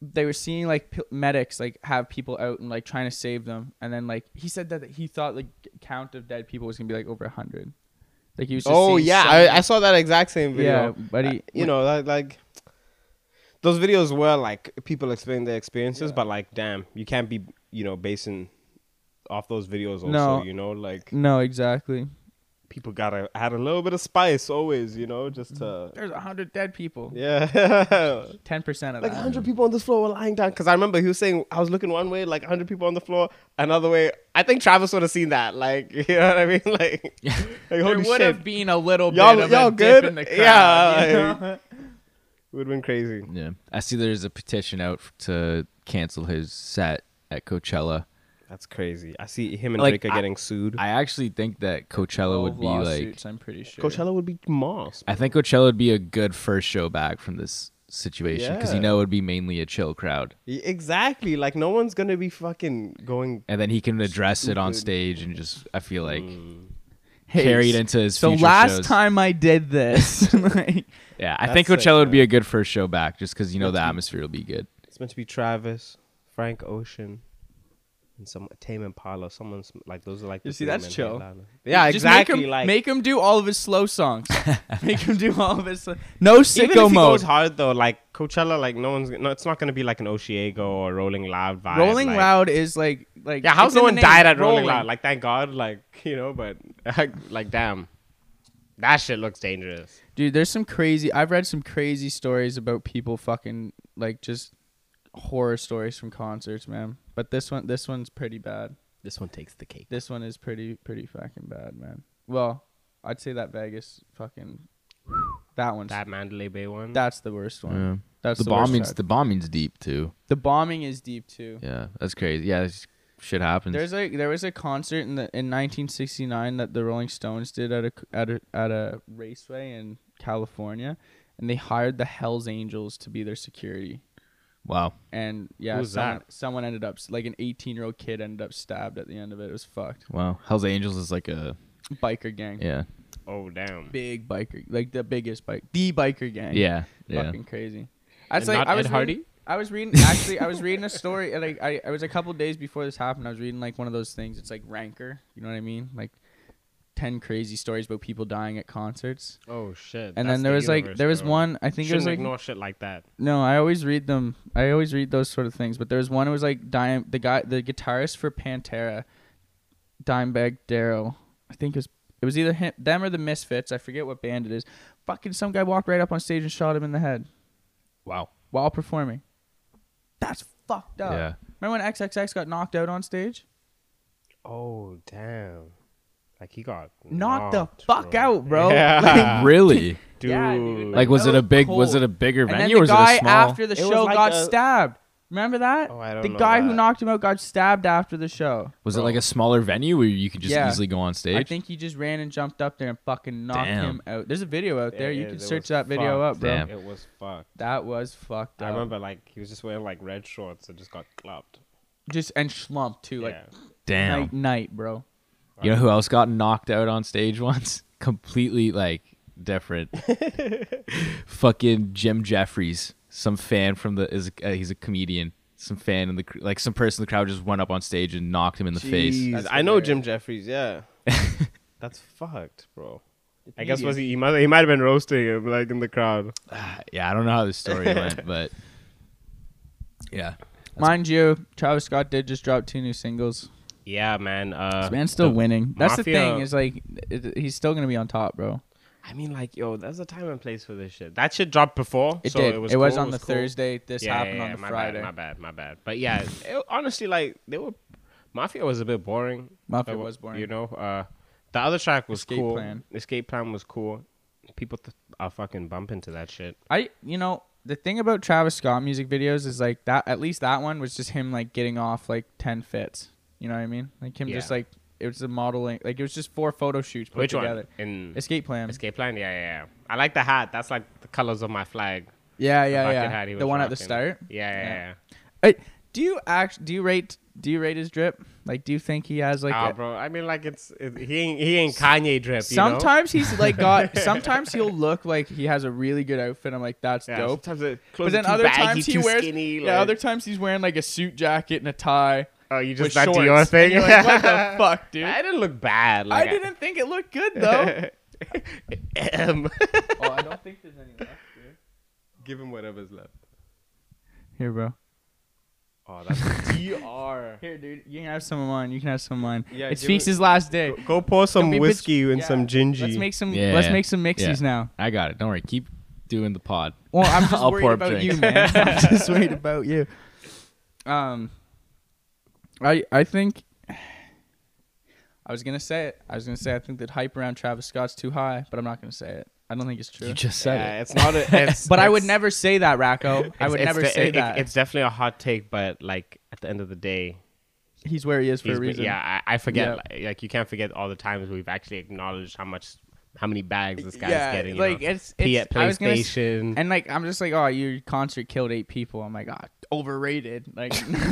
B: they were seeing, like, p- medics, like, have people out and, like, trying to save them. And then, like, he said that he thought, like, count of dead people was going to be, like, over 100. Like, he was just
C: Oh
B: seeing
C: yeah,
B: so many-
C: I, I saw that exact same
B: Yeah,
C: video.
B: but he-
C: Uh, you know, like, like those videos were like people explaining their experiences, but like, damn, you can't be, you know, basing off those videos. Also,
B: No. Mm.
C: you know, like
B: No, exactly.
C: people gotta add a little bit of spice always. You know, just to
B: There's 100 dead people.
C: yeah.
B: 10% of that.
C: Like 100 people on this floor were lying down. Because I remember he was saying, I was looking one way, like 100 people on the floor, another way. I think Travis would have seen that. Like, you know what I mean? Like, like
B: There
C: holy
B: would
C: shit.
B: have been a little
C: Y'all-
B: bit of
C: y'all
B: a
C: good?
B: dip in the crowd.
C: Yeah,
B: you know?
C: Would have been crazy.
D: yeah, I see. There's a petition out f- to cancel his set at Coachella.
C: That's crazy. I see him and
D: Like,
C: Drake are
D: I-
C: getting sued.
D: I actually think that Coachella would be like.
B: lawsuits, I'm pretty sure.
C: Coachella would be Moss.
D: I think Coachella would be a good first show back from this situation because
C: Yeah.
D: you know it would be mainly a chill crowd,
C: E, Exactly. Like no one's gonna be fucking going.
D: and then he can address it on
C: Stupid.
D: stage and just I feel like carried into his.
B: So
D: future
B: last
D: shows.
B: time I did this, like,
D: Yeah, I
C: That's
D: think
C: sick,
D: Coachella would be a good first show back just because you know the atmosphere will be good.
C: It's meant to be Travis, Frank Ocean, and some Tame Impala. Someone's like those are like.
B: You
C: the
B: see,
C: three
B: that's
C: main
B: chill.
C: headliners. Yeah,
B: just
C: exactly.
B: Make him,
C: like
B: make him do all of his slow songs. make him do all of his sl- no
C: even if
B: sicko
C: he
B: mode.
C: goes hard though, like Coachella, like no one's. No, it's not gonna be like an Oshiego or Rolling Loud vibe.
B: Rolling
C: like-
B: Loud is like like
C: Yeah, how's
B: it's in
C: no
B: the
C: one
B: name,
C: died at Rolling Loud? Like thank God. Like you know, but like damn, that shit looks dangerous.
B: Dude, there's some crazy. I've read some crazy stories about people fucking like just horror stories from concerts, man. But this one, this one's pretty bad.
C: This one takes the cake.
B: This one is pretty pretty fucking bad, man. Well, I'd say that Vegas fucking that one's
C: That Mandalay Bay one.
B: that's the worst one.
D: Yeah.
B: That's
D: the
B: the, worst
D: bombing's
B: side.
D: the bombing's deep too.
B: the bombing is deep too.
D: Yeah, that's crazy. Yeah, this shit happens.
B: There's like there was a concert in the in 1969 that the Rolling Stones did at a at a, at a raceway in California, and they hired the Hell's Angels to be their security.
D: wow.
B: And yeah,
C: Who was
B: someone,
C: that?
B: someone ended up like an 18 year old kid ended up stabbed at the end of it. It was fucked.
D: Wow. Hell's Angels is like a
B: Biker gang,
D: yeah.
C: Oh damn.
B: big biker, like the biggest bike, the biker gang.
D: Yeah. Yeah.
B: fucking crazy. That's
C: And
B: like
C: not
B: I was
C: Ed Hardy?
B: reading- I was reading actually. I was reading a story. and, Like I, I was a couple days before this happened. I was reading like one of those things. It's like Ranker. You know what I mean? Like ten crazy stories about people dying at concerts.
C: Oh shit.
B: And
C: That's
B: then
C: the
B: there was like
C: universe,
B: there was
C: bro.
B: one. I think
C: Shouldn't
B: it was like
C: ignore shit like that.
B: no. I always read them. I always read those sort of things. But there was one. It was like dime. The guy, the guitarist for Pantera, Dimebag Darrell. I think it was. It was either him, them or the Misfits. I forget what band it is. Fucking some guy walked right up on stage and shot him in the head
D: Wow.
B: while performing. That's fucked up.
D: Yeah.
B: Remember when XXX got knocked out on stage?
E: Oh damn! Like he got
B: Knocked the
E: knocked,
B: fuck
E: bro.
B: out, bro.
E: Yeah.
B: Like,
D: Really?
E: dude.
B: Yeah, dude,
D: Like, was it
B: that
D: a big? Was
B: cold.
D: it a bigger
B: And then
D: venue or
B: the
D: was it a
B: guy
D: small?
B: after the
C: It was
B: show
C: like
B: got
C: a-
B: stabbed. Remember that?
C: Oh, I don't
B: the
C: know
B: guy who
C: that.
B: knocked him out got stabbed after the show.
D: was it like a smaller venue where you could just
B: Yeah.
D: easily go on stage?
B: I think he just ran and jumped up there and fucking knocked
D: Damn.
B: him out. There's a video out there.
C: It
B: You
C: is.
B: can
C: It was
B: search that video
C: fucked.
B: up, bro.
D: Damn.
C: It was fucked.
B: That was fucked up.
C: I remember like he was just wearing like red shorts and just got clapped.
B: Just and schlump too, like
C: yeah.
D: Damn.
B: night night, bro.
D: You know who else got knocked out on stage once? Completely like different. Fucking Jim Jeffries, some fan from the is uh, he's a comedian. Some fan in the cr- like some person in the crowd just went up on stage and knocked him in the face.
C: Jeez,
B: That's
C: I know Jim Jeffries. Yeah, that's fucked, bro. I guess was
B: Comedian.
C: he? He might he might have been roasting him like in the crowd.
D: Yeah, I don't know how this story went, but yeah,
B: Mind you, Travis Scott did just drop two new singles.
E: Yeah, man. Uh,
B: This man's still
E: the-
B: winning. That's the
E: Mafia-
B: thing is like it, he's still gonna be on top, bro.
C: I mean, like, yo, there's a time and place for this shit. That shit dropped before.
B: It
C: so
B: did.
C: It
B: It
C: was,
B: was,
C: cool,
B: on
C: it
B: the
C: cool.
B: Thursday. This happened on the
E: my
B: Friday.
E: Bad, my bad, my bad. But yeah, it- honestly, like they were, Mafia was a bit boring.
B: Mafia
E: Uh,
B: was boring.
E: You know, uh, the other track was
B: Escape
E: cool.
B: Plan.
E: Escape Plan was cool. People th- are fucking bumping to that shit.
B: I you know the thing about Travis Scott music videos is like that at least that one was just him like getting off like 10 fits. You know what I mean? Like him just
E: Yeah.
B: like it was a modeling like it was just four photo shoots put
E: Which
B: together.
E: one? In
B: Escape plan.
E: Escape Plan. Yeah, yeah, yeah. I like the hat. That's like the colors of my flag.
B: Yeah,
E: The
B: yeah,
E: bucket
B: yeah.
E: hat he
B: the
E: was
B: one at the
E: rocking.
B: start.
E: Yeah, yeah, yeah.
B: Yeah. Hey, do you act do you rate do you rate his drip? Like do you think he has like
E: Ah,
B: a-
E: bro. I mean, like it's it, he ain't he ain't Kanye drip. You know?
B: Sometimes he's like got. Sometimes he'll look like he has a really good outfit. I'm like, that's
E: Yeah,
B: dope.
E: Sometimes it,
B: But
E: clothes
B: then
E: are too
B: other
E: baggy,
B: times he
E: too
B: wears.
E: Skinny, like,
B: yeah, other times he's wearing like a suit jacket and a tie.
E: Oh, you
B: with
E: just that
B: shorts.
E: Dior
B: And
E: thing.
B: you're like, what the fuck, dude?
E: I didn't look bad.
B: I
E: Like,
B: didn't think it looked good
E: Oh,
B: though.
E: Em.
B: oh, I don't think there's any left.
C: Give him whatever's left.
B: Here, bro.
C: Oh, that's Dr.
B: Here, dude. You can have some of mine. You can have some of mine.
C: Yeah,
B: it's
C: give it-
B: Feeks' last day.
C: Go pour
B: Don't
C: some
B: be bitch-
C: whiskey and
B: Yeah.
C: some gingy.
B: Let's make some.
D: Yeah.
B: Let's make some mixies
D: Yeah.
B: now.
D: I got it. Don't worry. Keep doing the pod.
B: Well, I'm just
D: I'll
B: worried
D: pour up
B: about
D: drinks.
B: you, man. I'm just worried about you. Um, I I think I was gonna say it. I was gonna say I think that hype around Travis Scott's too high, but I'm not gonna say it. I don't think it's true.
D: You just said
C: yeah,
D: it.
C: it's not. A, it's,
B: but I would
C: it's-
B: never say that, Racco. I
E: It's-
B: would
E: it's
B: never
E: de-
B: say
E: it-
B: that.
E: It's definitely a hot take, but like at the end of the day,
B: he's where he is for
E: he's
B: a
E: been-
B: reason.
E: yeah, I, I forget.
B: Yeah.
E: Like, like, you can't forget all the times we've actually acknowledged how much, how many bags this guy's
B: Yeah,
E: getting. you
B: like
E: know?
B: it's,
E: P
B: it's
E: at
B: I was gonna s-
E: PlayStation.
B: and like I'm just like, oh, your concert killed eight people. I'm like, ah, overrated. Like, you know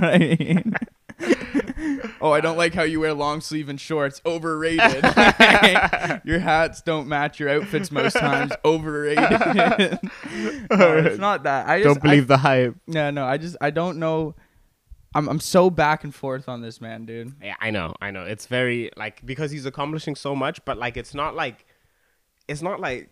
B: what I mean? oh, I don't like how you wear long sleeve and shorts. Overrated. your hats don't match your outfits most times. Overrated. No, it's not that. I just,
C: Don't believe the hype.
B: I, no, no. I just I don't know. I'm I'm so back and forth on this man, dude.
E: yeah, I know, I know. It's very like
C: because he's accomplishing so much, but like it's not like it's not like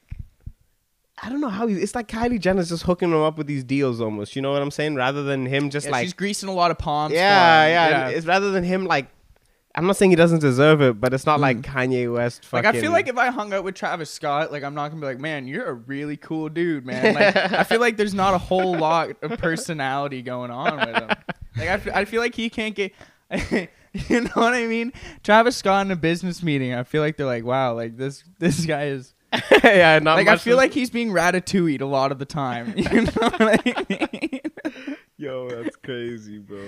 C: I don't know how he, it's like Kylie Jenner's just hooking him up with these deals almost. You know what I'm saying? Rather than him just
B: Yeah,
C: like
B: she's greasing a lot of palms.
C: yeah,
B: for him.
C: yeah, It's rather than him like I'm not saying he doesn't deserve it, but it's not like Kanye West fucking
B: Like I feel like if I hung out with Travis Scott, like I'm not gonna be like, man, you're a really cool dude, man. Like I feel like there's not a whole lot of personality going on with him. Like I feel, I feel like he can't get, you know what I mean? Travis Scott in a business meeting, I feel like they're like, wow, like this this guy is
C: yeah, not
B: like I
C: much
B: feel
C: was-
B: like he's being ratatouille a lot of the time. You know what I mean?
C: yo, that's crazy, bro.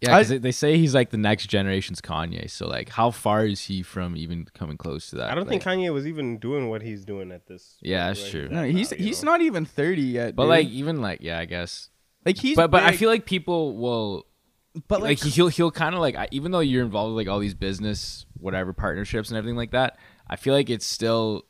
D: Yeah, 'cause
B: I-
D: they- they say he's like the next generation's Kanye. So like, how far is he from even coming close to that?
C: I don't think
D: Like,
C: Kanye was even doing what he's doing at this.
D: Yeah, that's
C: right
D: true.
C: now,
B: No, he's
C: you
B: he's
C: know?
B: not even thirty yet.
D: But
B: dude.
D: like, even like, yeah, I guess.
B: like he's
D: but but I
B: big,
D: feel like people will
B: but
D: like, he'll he'll kind of like I- even though you're involved with like all these business whatever partnerships and everything like that i feel like it's still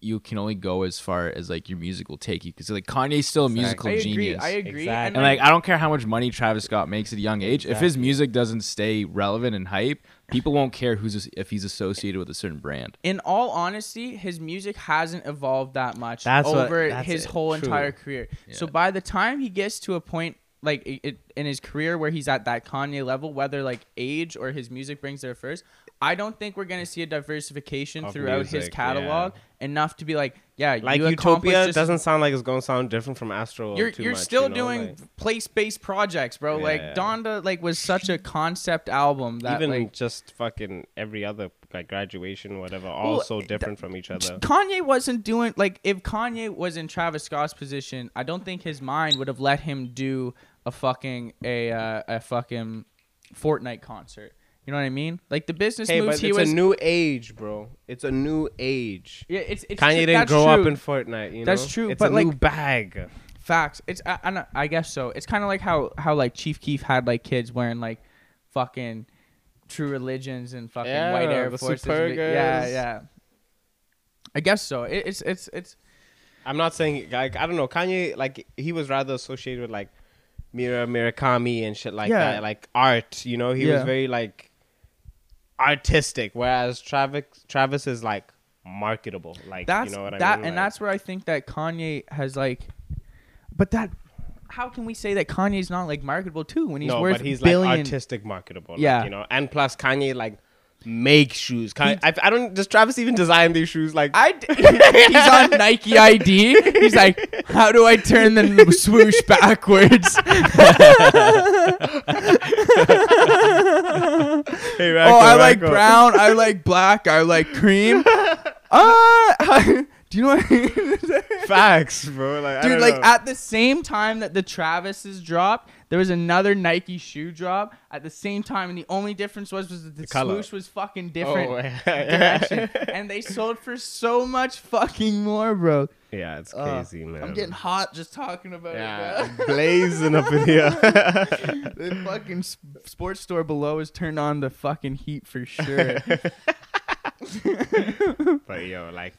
D: you can only go as far as like your music will take you because like kanye's still a musical
B: I agree.
D: genius
B: I agree.
C: Exactly.
D: and like i don't care how much money travis scott makes at a young age if his music doesn't stay relevant and hype people won't care who's as- if he's associated with a certain brand
B: in all honesty, his music hasn't evolved that much
C: That's what-
B: over
C: that's
B: his
C: it.
B: whole
C: True.
B: entire career. So by the time he gets to a point like it, it, in his career where he's at that Kanye level, whether like age or his music brings there first, I don't think we're gonna see a diversification
D: Of
B: throughout his
D: music,
B: catalog enough to be like, yeah,
C: Like
B: you accomplished
C: Utopia
B: this-
C: doesn't sound like it's gonna sound different from Astro.
B: You're
C: too
B: you're
C: much,
B: still
C: you know?
B: doing
C: Like,
B: place-based projects, bro.
C: Yeah,
B: like
C: yeah.
B: Donda, like was such a concept album that
C: even
B: like
C: just fucking every other like graduation, whatever, all
B: Well,
C: so
B: it-
C: different from each other.
B: Kanye wasn't doing like if Kanye was in Travis Scott's position, I don't think his mind would have let him do a fucking a uh, a fucking Fortnite concert. You know what I mean? Like the business
C: Hey,
B: moves
C: but
B: he
C: it's
B: was.
C: a new age, bro. It's a new age.
B: yeah, it's, it's
C: Kanye
B: tr-
C: didn't
B: that's
C: grow
B: true.
C: up in Fortnite. You
B: That's
C: know?
B: true,
C: It's
B: but,
C: a new
B: like-
C: bag.
B: Facts. It's I, I, don't- I guess so. It's kind of like how how like Chief Keef had like kids wearing like fucking True Religions and fucking
C: Yeah,
B: white Air
C: the
B: Forces.
C: Supergas.
B: Yeah, yeah. I guess so. It, it's it's it's
C: I'm not saying like I don't know Kanye like he was rather associated with like Mira Murakami and shit like
B: Yeah.
C: that, like art. You know, he was
B: Yeah.
C: very like artistic, whereas Travis Travis is like marketable. Like
B: that's
C: you know what I
B: that
C: mean?
B: and
C: Like,
B: that's where I think that Kanye has like, but that how can we say that Kanye's not like marketable too when he's
C: no,
B: worth
C: but he's
B: billion?
C: like artistic marketable. like,
B: Yeah.
C: you know, and plus Kanye like make shoes. Kanye, I, I don't does Travis even design these shoes? Like
B: I d- he's on Nike ID. He's like, how do I turn the swoosh backwards?
C: hey,
B: oh, I like brown. I like black. I like cream. Uh, do you know what
C: facts, bro. Like I
B: Dude,
C: don't
B: like
C: know.
B: at the same time that the Travis's dropped, there was another Nike shoe drop at the same time, and the only difference was was that the,
C: color.
B: swoosh was fucking different
C: Oh,
B: direction,
C: yeah.
B: and they sold for so much fucking more, bro.
C: yeah, it's
B: Uh,
C: crazy, man.
B: I'm getting hot just talking about
C: yeah,
B: it. Bro.
C: blazing up in here.
B: the fucking s- sports store below has turned on the fucking heat for sure.
C: But yo, like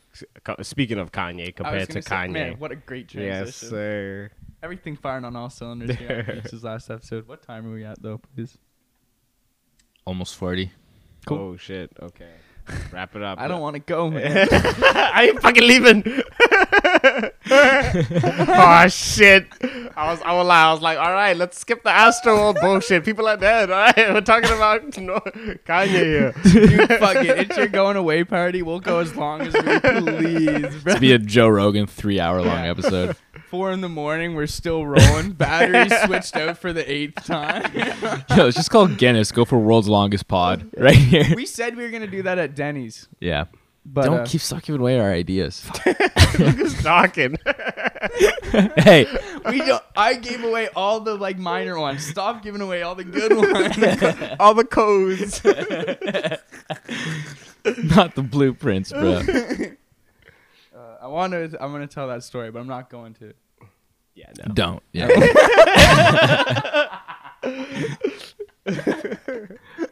C: co- speaking of Kanye
B: I was
C: compared to
B: gonna say,
C: Kanye,
B: man, what a great transition.
C: yes sir.
B: everything firing on all cylinders here. on Peaches last episode. What time are we at though, please?
D: Almost 40.
B: Cool.
C: Oh shit. Okay, wrap it up.
B: I don't want to go, man.
C: I ain't fucking leaving. oh shit! I was, I was, I was like, all right, let's skip the Astro World bullshit. People are dead. All right, we're talking about no, Kanye here.
B: you fuck it. It's your going away party. We'll go as long as we please, bro.
D: Be a Joe Rogan three hour long episode.
B: Four in the morning, we're still rolling. Battery switched out for the eighth time.
D: Yo, it's just called Guinness. Go for world's longest pod right here.
B: we said we were gonna do that at Denny's,
D: Yeah.
B: but
D: Don't
B: uh,
D: keep sucking away our ideas.
C: Just talking.
D: hey,
B: we don't. I gave away all the like minor ones. Stop giving away all the good ones.
C: All the codes.
D: not the blueprints, bro.
B: Uh, I want to. I'm gonna tell that story, but I'm not going to.
C: Yeah, no.
D: Don't. Yeah.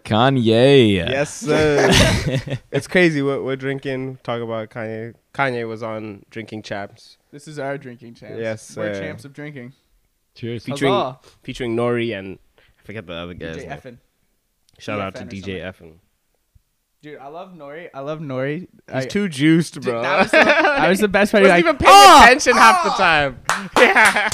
D: Kanye.
C: Yes, sir. it's crazy. We're, we're drinking. Talk about Kanye. Kanye was on Drinking Chaps,
B: This is our drinking champs.
C: Yes,
B: we're
C: sir.
B: champs of drinking.
D: Cheers.
C: featuring
B: Huzzah.
C: featuring Nori and I forget the other guy's
B: DJ
C: name.
B: Effin.
C: Shout out to
B: Effin or
C: DJ Effin.
B: Dude, I love Nori. I love Nori. I,
C: He's too juiced,
B: dude,
C: bro.
B: That was the, that was the best part.
C: Wasn't
B: Like,
C: even paying
B: "Oh!"
C: attention half the time.
B: oh!
C: Yeah.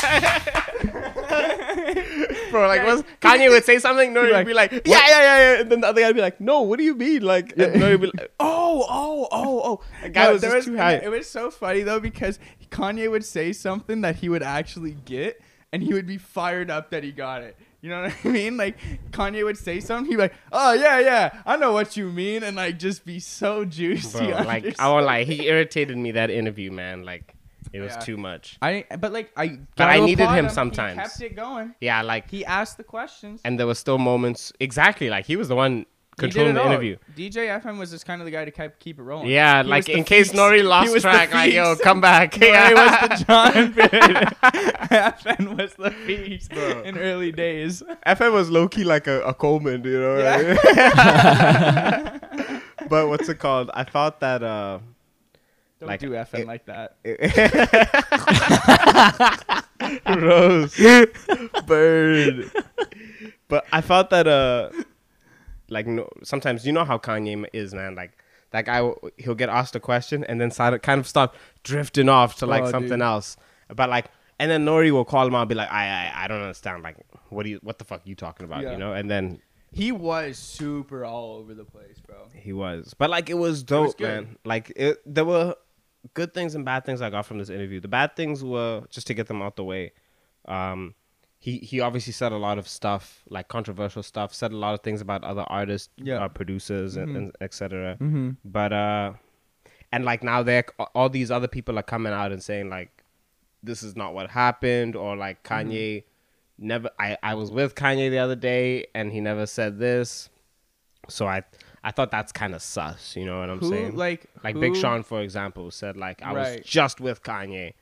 C: bro, like, was, Kanye would say something, Nori
B: like,
C: would be like, yeah, yeah, yeah, yeah. And then the other guy would be like, no, what do you mean? Like, and Nori would be like,
B: Oh, oh, oh, oh. The
C: guy was just too high.
B: It was so funny though because Kanye would say something that he would actually get and he would be fired up that he got it. You know what I mean? Like Kanye would say something, he'd be like, Oh yeah, yeah, I know what you mean, and like just be so
C: bro,
B: juicy.
C: like, I won't lie. He irritated me that interview, man. Like, it was
B: Yeah.
C: too much.
B: I but like I
C: But I
B: gotta
C: needed
B: applaud
C: him
B: He
C: sometimes.
B: kept it going.
C: Yeah, like,
B: He asked the questions.
C: and there were still moments, exactly, like, he was the one
B: He did
C: controlling
B: it
C: the
B: all.
C: interview.
B: DJ FM was just kind of the guy to keep keep it rolling.
C: Yeah,
B: He was
C: like
B: the
C: in case
B: feast.
C: Nori
B: He
C: lost
B: was the
C: track, like yo,
B: feast.
C: come back.
B: Nori
C: yeah.
B: was the John Finn. FN was the feast in early days.
C: FM was low key like a, a Coleman, you know.
B: Yeah.
C: right? but what's it called? I thought that. Uh,
B: Don't
C: Like,
B: do FN
C: it-
B: like that.
C: Rose Bird. But I felt that uh like no, sometimes you know how Kanye is man like that guy will- he'll get asked a question and then side, kind of start drifting off to like
B: Oh,
C: something
B: dude.
C: else but like and then Nori will call him out and be like I, I I don't understand like what do you what the fuck you talking about
B: Yeah.
C: you know and then
B: He was super all over the place, bro.
C: He was, but like it was dope,
B: good.
C: man. Like it, there were good things and bad things I got from this interview. The bad things were just to get them out the way. Um, he he obviously said a lot of stuff, like controversial stuff. Said a lot of things about other artists,
B: Yeah.
C: uh, producers, and, and etc.
B: Mm-hmm.
C: But uh, and like now they are all these other people are coming out and saying like, this is not what happened, or like
B: Mm-hmm.
C: Kanye. Never, I, I was with Kanye the other day and he never said this. So I I thought that's kind of sus, you know what I'm
B: Who,
C: saying?
B: like,
C: like Big
B: who-
C: Sean for example said like I
B: Right.
C: was just with Kanye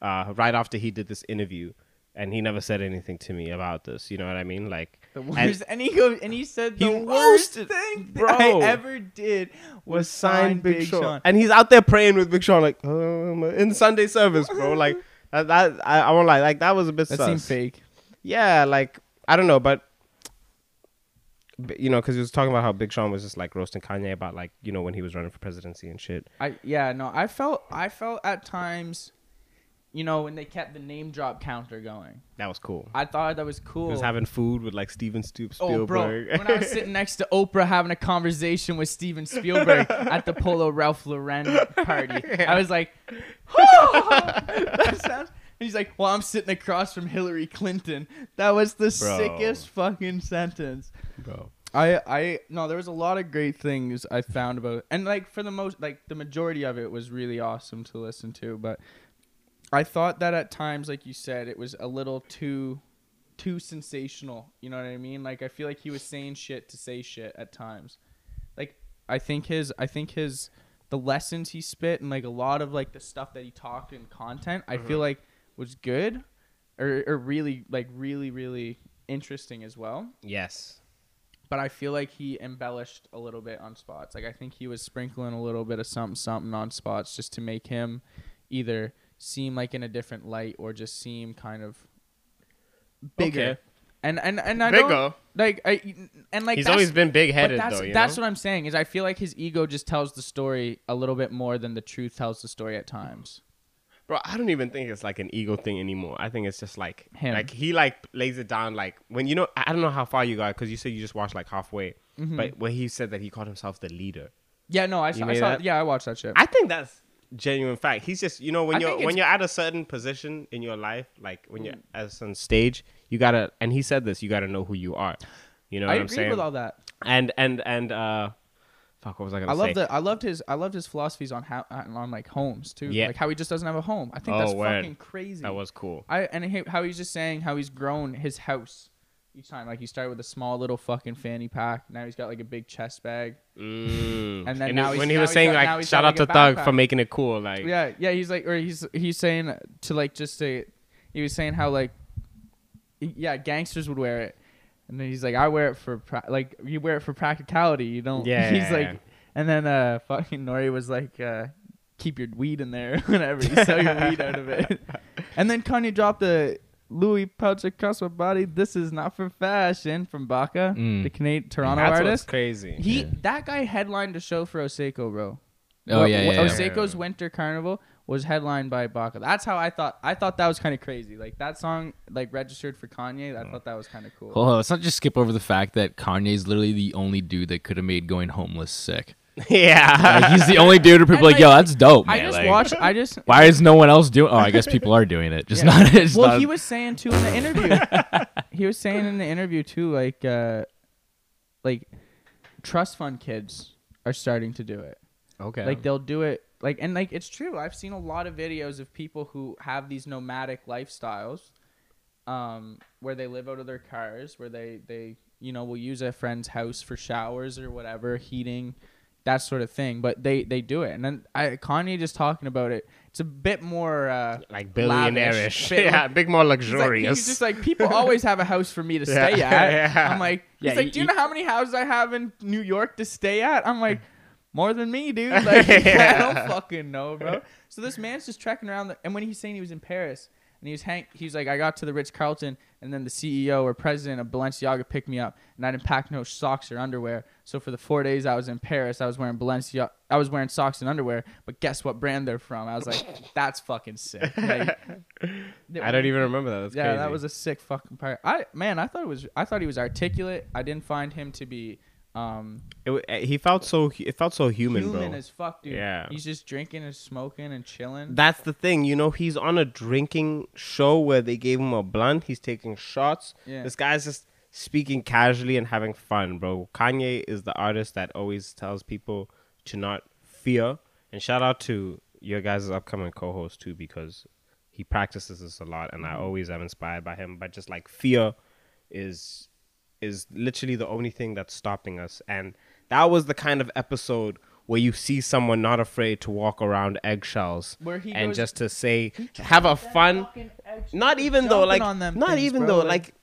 C: uh, right after he did this interview and he never said anything to me about this, you know what I mean? Like
B: The
C: and
B: worst, and, he goes, and he said the
C: He
B: worst
C: roasted-
B: thing that
C: Bro.
B: I ever did was sign Big, Sean.
C: And he's out there praying with Big Sean like um, in Sunday service, bro, like that, that I, I won't lie, like that was a bit
B: that
C: sus.
B: seemed fake.
C: Yeah, like I don't know, but but, you know, because he was talking about how Big Sean was just like roasting Kanye about like you know when he was running for presidency and shit.
B: I yeah no, I felt I felt at times, you know, when they kept the name drop counter going,
C: That was cool.
B: I thought that was cool.
C: He was having food with like Steven Stoops Spielberg.
B: Oh, bro! When I was sitting next to Oprah having a conversation with Steven Spielberg at the Polo Ralph Lauren party, I was like, "That sounds." And he's like, "Well, I'm sitting across from Hillary Clinton." That was the
C: Bro.
B: sickest fucking sentence.
C: bro.
B: I I no, there was a lot of great things I found about, and like for the most, like the majority of it was really awesome to listen to. But I thought that at times, like you said, it was a little too too sensational. You know what I mean? Like I feel like he was saying shit to say shit at times. Like I think his I think his the lessons he spit and like a lot of like the stuff that he talked in content, I feel like was good or or really like really really interesting as well
C: Yes.
B: but I feel like he embellished a little bit on spots. Like I think he was sprinkling a little bit of something something on spots just to make him either seem like in a different light or just seem kind of bigger.
C: Okay.
B: And and and I
C: Bigger.
B: don't, like I and like
C: He's
B: that's-
C: always been big
B: but
C: headed
B: that's,
C: though. You
B: that's
C: know?
B: what I'm saying is I feel like his ego just tells the story a little bit more than the truth tells the story at times.
C: bro. I don't even think it's like an ego thing anymore. I think it's just like
B: Him.
C: like he like lays it down like when you know I I don't know how far you got because you said you just watched like halfway,
B: Mm-hmm.
C: but when he said that he called himself the leader.
B: Yeah, no, I saw, I
C: made
B: saw
C: that?
B: yeah, I watched that shit.
C: I think that's genuine fact. He's just you know when
B: I
C: you're
B: think it's-
C: when
B: Mm.
C: you're at a certain position in your life, like when you're as on stage, you gotta. And he said this, you gotta know who you are. You know
B: I
C: what I'm
B: agree
C: saying?
B: with all that.
C: and and and uh, fuck, what was I gonna
B: I
C: say?
B: love the I loved his I loved his philosophies on how on like homes too.
C: Yeah.
B: Like how he just doesn't have a home. I think
C: Oh,
B: that's
C: word.
B: fucking crazy.
C: That was cool.
B: I and he, how he's just saying how he's grown his house each time. Like he started with a small little fucking fanny pack. Now he's got like a big chest bag.
C: Mm.
B: And then
C: he-
B: now he's-
C: when he
B: now
C: was
B: he's
C: saying
B: got- now
C: like,
B: he's
C: shout
B: got,
C: out to
B: like, a
C: Thug for
B: backpack.
C: making it cool, like
B: Yeah, yeah. He's like, or he's he's saying to like just say, he was saying how like, yeah, gangsters would wear it, and then he's like, I wear it for pra- like you wear it for practicality. You don't.
C: Yeah,
B: He's
C: yeah,
B: like,
C: yeah.
B: and then uh, fucking Nori was like, uh, keep your weed in there whenever you sell your weed out of it, and then Kanye dropped the. Louis pouch across my body. This is not for fashion from Baka,
D: Mm.
B: the Canadian Toronto
C: that's what's
B: artist.
C: crazy.
B: He that guy headlined a show for Oseko, bro.
D: Oh
B: Well,
D: yeah,
B: well,
D: yeah, yeah.
B: Oseko's Winter Carnival was headlined by Baka. That's how I thought. I thought that was kind of crazy. Like that song, like registered for Kanye. I thought that was kind of cool.
D: Hold on, let's not just skip over the fact that Kanye's literally the only dude that could have made going homeless sick.
C: yeah,
D: Like, he's the only dude who people
B: And,
D: like,
B: like,
D: yo, that's dope,
B: I
D: man.
B: just
D: Like,
B: watched. I just.
D: Why is no one else doing? Oh, I guess people are doing it. Just
B: Yeah.
D: not. It's
B: well,
D: not-
B: he was saying too in the interview. he was saying in the interview too, like, uh, like trust fund kids are starting to do it.
D: okay.
B: Like they'll do it like and like it's true. I've seen a lot of videos of people who have these nomadic lifestyles um where they live out of their cars, where they they you know will use a friend's house for showers or whatever, heating, that sort of thing, but they they do it. And then I Kanye just talking about it. It's a bit more uh
C: like
B: Lavish.
C: billionaire-ish. yeah, big more
B: He's like-
C: luxurious.
B: he's just like people always have a house for me to
C: Yeah,
B: stay at.
C: yeah.
B: I'm like, he's
D: Yeah,
B: like,
D: you-
B: do you
D: you-
B: know how many houses I have in New York to stay at? I'm like, more than me, dude. Like, I don't fucking know, bro. So this man's just trekking around, the, and when he's saying he was in Paris, And he was hang. He was like, I got to the Ritz Carlton, and then the CEO or president of Balenciaga picked me up, and I didn't pack no socks or underwear. So for the four days I was in Paris, I was wearing Balenciaga. I was wearing socks and underwear. But guess what brand they're from? I was like, that's fucking sick. Like,
E: I don't even remember that. That's
B: yeah,
E: crazy.
B: that was a sick fucking part. I man, I thought it was. I thought he was articulate. I didn't find him to be. Um,
E: It wa- eh, he felt so. hu- It felt so human,
B: human
E: bro.
B: as fuck, dude.
E: Yeah.
B: He's just drinking and smoking and chilling.
C: That's the thing, you know. He's on a drinking show where they gave him a blunt. He's taking shots.
B: Yeah.
C: This guy's just speaking casually and having fun, bro. Kanye is the artist that always tells people to not fear. And shout out to your guys' upcoming co-host too, because he practices this a lot, and I always am inspired by him. But just like fear is is literally the only thing that's stopping us. And that was the kind of episode where you see someone not afraid to walk around eggshells
B: Where he
C: and
B: goes-
C: just to say have a fun not even though
B: jumping
C: like
B: on them
C: not
B: things,
C: even
B: bro,
C: though
B: like-
C: like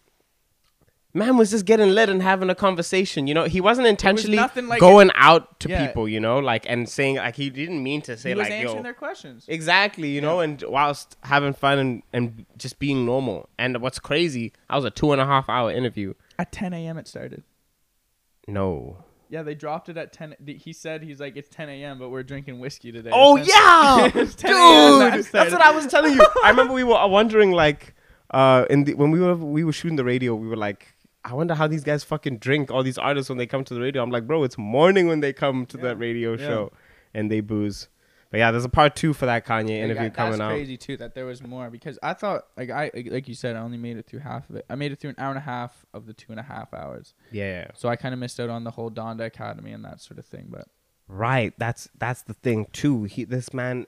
C: man was just getting lit and having a conversation you know he wasn't intentionally
B: nothing like
C: going out to
B: Yeah.
C: people you know like and saying like he didn't mean to say
B: He was
C: like
B: answering
C: yo
B: their questions.
C: Exactly, you know, and whilst having fun and, and just being normal. And what's crazy, I was a two and a half hour interview.
B: At 10 a.m. it started.
C: No.
B: Yeah, they dropped it at 10. th- He said he's like it's 10 a.m. but we're drinking whiskey today.
C: Oh
B: It's
C: yeah,
B: It was 10 a.m. that
C: dude, that's what I was telling you. I remember we were wondering like, uh, in the, when we were we were shooting the radio, we were like, I wonder how these guys fucking drink. All these artists when they come to the radio, I'm like, bro, it's morning when they come to that radio show, and they booze. But yeah, there's a part two for that Kanye
B: Like,
C: interview
B: I-
C: coming
B: that's
C: out.
B: crazy too that there was more because I thought like I like you said I only made it through half of it. I made it through an hour and a half of the two and a half hours.
C: Yeah,
B: So I kind of missed out on the whole Donda Academy and that sort of thing. But
C: right. That's that's the thing too. He this man.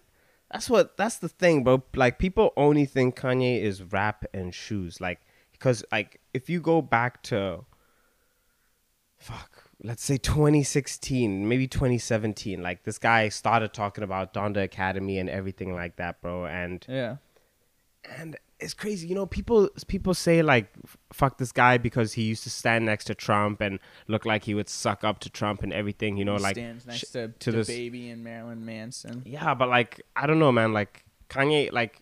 C: That's what that's the thing, bro. Like people only think Kanye is rap and shoes, like because like if you go back to fuck, let's say 2016, maybe 2017. Like this guy started talking about Donda Academy and everything like that, bro. And
B: yeah,
C: and it's crazy, you know. People people say like, f- "Fuck this guy" because he used to stand next to Trump and look like he would suck up to Trump and everything, you know.
B: he
C: like
B: stands next
C: sh-
B: to,
C: to
B: to
C: this-
B: baby and Marilyn Manson.
C: yeah, but like I don't know, man. Like Kanye, like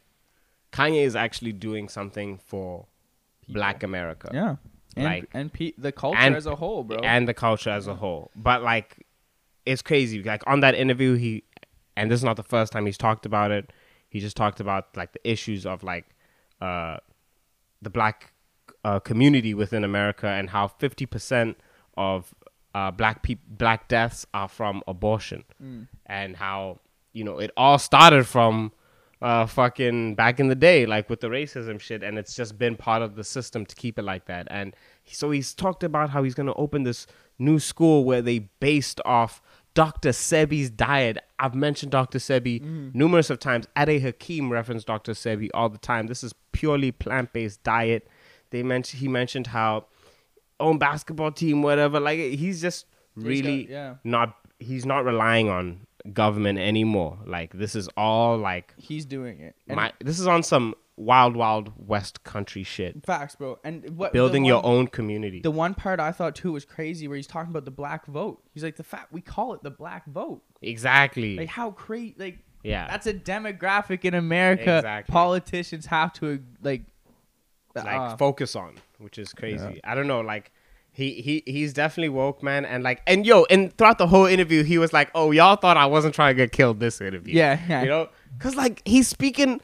C: Kanye is actually doing something for Black America.
B: Yeah, and
C: Like-
B: and pe- the culture
C: and-
B: as a whole, bro.
C: and the culture as a whole. But like, it's crazy. Like on that interview, he and this is not the first time he's talked about it. He just talked about like the issues of like uh, the black uh, community within America and how fifty percent of uh, black peop black deaths are from abortion, and how you know it all started from. Uh, fucking back in the day, like with the racism shit, and it's just been part of the system to keep it like that. And so he's talked about how he's gonna open this new school where they based off Dr. Sebi's diet. I've mentioned Dr. Sebi numerous of times. Ade Hakim referenced Dr. Sebi all the time. This is purely plant-based diet. They mentioned he mentioned how own basketball team, whatever. Like he's just really
B: got- yeah.
C: not he's not relying on government anymore. Like this is all like
B: He's doing it. And
C: my this is on some wild, wild west country shit.
B: facts, bro. And what the
C: Building your
B: one-
C: own community.
B: The one part I thought too was crazy where he's talking about the black vote. He's like the fat we call it the black vote.
C: exactly.
B: Like how crazy like
C: Yeah.
B: That's a demographic in America
C: Exactly.
B: politicians have to like
C: like
B: uh,
C: focus on, which is crazy. I don't know, like he he he's definitely woke, man, and like and yo, and throughout the whole interview, he was like, "Oh, y'all thought I wasn't trying to get killed this interview."
B: Yeah, yeah.
C: you know, because like he's speaking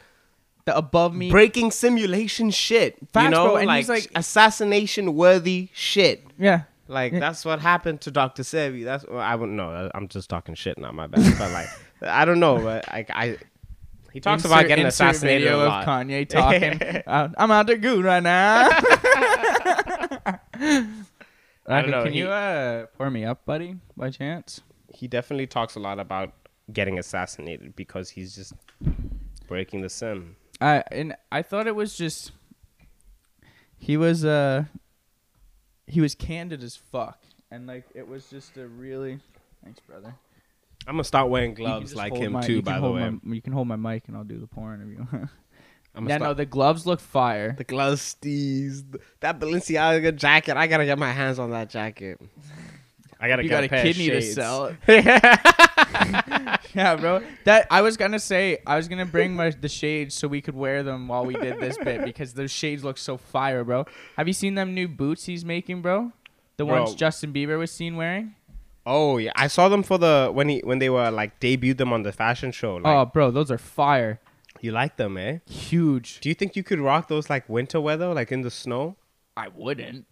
B: the above me
C: breaking simulation shit, you
B: Facts,
C: know,
B: bro, and
C: like,
B: he's like-
C: assassination worthy shit.
B: Yeah.
C: Like
B: Yeah.
C: that's what happened to Dr. Sebi. That's well, I wouldn't know. I'm just talking shit, not my bad. but like I don't know, but like I. He talks about
B: Insert-
C: getting
B: insert
C: assassinated
B: video
C: a lot.
B: of Kanye talking. uh, I'm out there goon right now.
C: I don't know,
B: Can
C: he-
B: you uh, pour me up, buddy, by chance?
C: he definitely talks a lot about getting assassinated because he's just breaking the sim.
B: I and I thought it was just he was uh he was candid as fuck and like it was just a really thanks brother
C: I'm gonna start wearing
B: You can
C: gloves
B: just
C: like
B: hold
C: him
B: my- you
C: too.
B: can
C: By the
B: hold
C: way,
B: my- you can hold my mic and I'll do the porn interview.
C: I'm
B: yeah, no, the gloves look fire.
C: the gloves, steez, that Balenciaga jacket. I gotta get my hands on that jacket.
E: I gotta
B: you
E: get
B: got a
E: pair of
B: kidney to
E: shades.
B: sell. yeah, bro. That I was gonna say I was gonna bring my the shades so we could wear them while we did this bit because those shades look so fire, bro. Have you seen them new boots he's making, bro? The
C: Bro.
B: ones Justin Bieber was seen wearing.
C: Oh yeah, I saw them for the when he when they were like debuted them on the fashion show. Like,
B: Oh, bro, those are fire.
C: you like them, eh?
B: Huge.
C: Do you think you could rock those like winter weather, like in the snow?
B: I wouldn't.